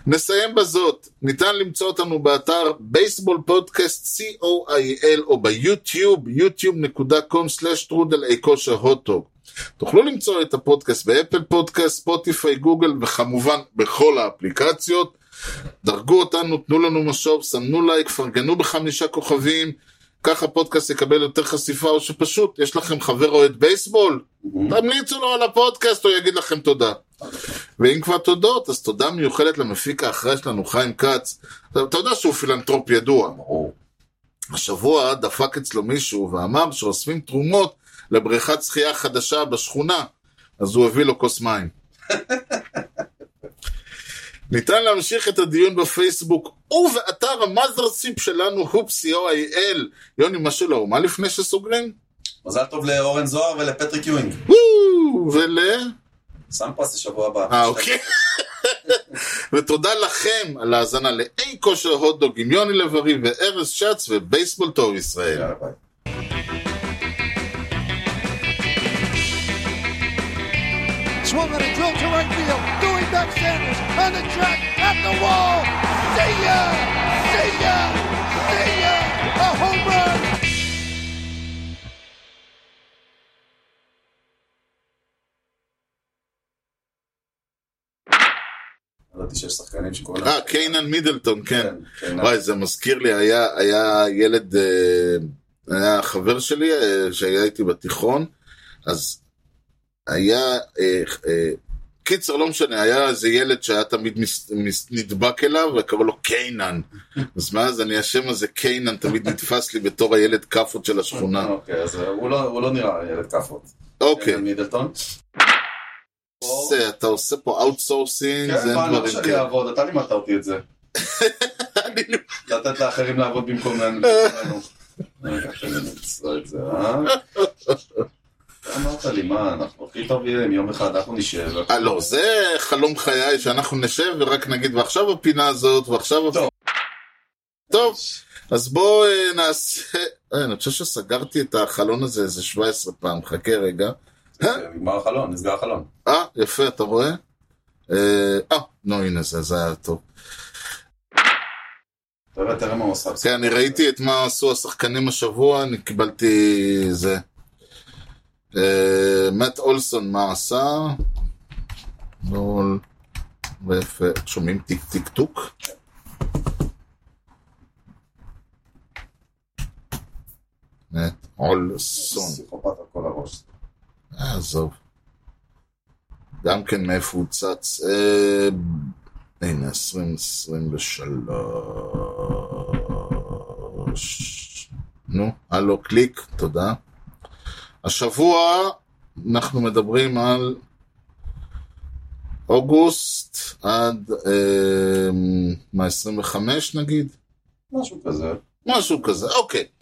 S1: נסיים בזאת. ניתן למצוא אותנו באתר בייסבול פודקאסט co.il או ביוטיוב, yוטיוב.com/טרודל כושר הוטוג. תוכלו למצוא את הפודקאסט באפל פודקאסט, ספוטיפיי, גוגל וכמובן בכל האפליקציות. דרגו אותנו, תנו לנו משוב, סמנו לייק, פרגנו בחמישה כוכבים. ככה הפודקאסט יקבל יותר חשיפה, או שפשוט יש לכם חבר אוהד בייסבול, תמליצו לו על הפודקאסט, הוא יגיד לכם תודה. ואם כבר תודות, אז תודה מיוחדת למפיק האחראי שלנו, חיים כץ. אתה אתה יודע שהוא פילנטרופ ידוע.
S2: ברור.
S1: השבוע דפק אצלו מישהו ואמר שאוספים תרומות לבריכת שחייה חדשה בשכונה, אז הוא הביא לו כוס מים. ניתן להמשיך את הדיון בפייסבוק ובאתר המאזרסיפ שלנו, הופ co.il. יוני, מה שלא, הוא מה לפני שסוגרים?
S2: מזל טוב לאורן זוהר ולפטריק יואינג.
S1: וואו, ול...
S2: שם פס לשבוע הבא.
S1: אה, אוקיי. ותודה לכם על ההאזנה לאי כושר הוטדוג עם יוני לב-ארי וארז שץ ובייסבול טוב ישראל.
S2: יאללה, ביי.
S4: Swung on a drill to right field. Doing back Sanders on the track at the wall. See ya! See ya! See ya! A home run!
S2: לא ידעתי שיש שחקנים שקוראים להם.
S1: אה, קיינן מידלטון, כן.
S2: כן,
S1: וואי, זה מזכיר לי, היה, היה ילד, אה, היה חבר שלי אה, שהיה איתי בתיכון, אז היה, אה, אה, קיצר, לא משנה, היה איזה ילד שהיה תמיד מס, מס, נדבק אליו, וקראו לו קיינן. אז מאז אני, השם הזה קיינן תמיד נתפס לי בתור הילד כאפות של השכונה.
S2: אוקיי, אז הוא לא- הוא לא נראה ילד כאפות.
S1: אוקיי,
S2: ילד מידלטון.
S1: זה, אתה עושה פה אאוטסורסינג,
S2: כן,
S1: זה
S2: מה,
S1: אין
S2: למה
S1: דברים
S2: שאני
S1: כאלה.
S2: אעבוד? אתה לימדת אותי את זה.
S1: אני לא-
S2: לתת לאחרים לעבוד במקומנו.
S1: אה.
S2: רגע, תן לי למצוא את זה, אה? אתה אמרת לי, מה, אנחנו הכי טובים, יום אחד אנחנו נשב.
S1: אה, לא, זה חלום חיי, שאנחנו נשב ורק נגיד, ועכשיו הפינה הזאת, ועכשיו...
S2: טוב.
S1: טוב, אז בואו אה, נעשה... אה, אני חושב שסגרתי את החלון הזה איזה 17 פעם, חכה רגע.
S2: נגמר החלון, נסגר החלון.
S1: אה, יפה, אתה רואה? אה, אה, נו, הנה זה, זה היה טוב.
S2: תראה, תראה מה הוא עושה.
S1: כן, אני ראיתי את מה עשו השחקנים השבוע, אני קיבלתי זה. אה, מאט אולסון, מה עשה? אול... ויפה, שומעים טיק טיק טוק? מאט אולסון,
S2: פסיכופת על כל הראש.
S1: אה, עזוב. גם כן מאיפה הוא צץ? אה, הנה, 2023. נו, הלו, קליק, תודה. השבוע אנחנו מדברים על אוגוסט עד, אה, מה, 25 נגיד?
S2: משהו כזה.
S1: משהו כזה, אוקיי.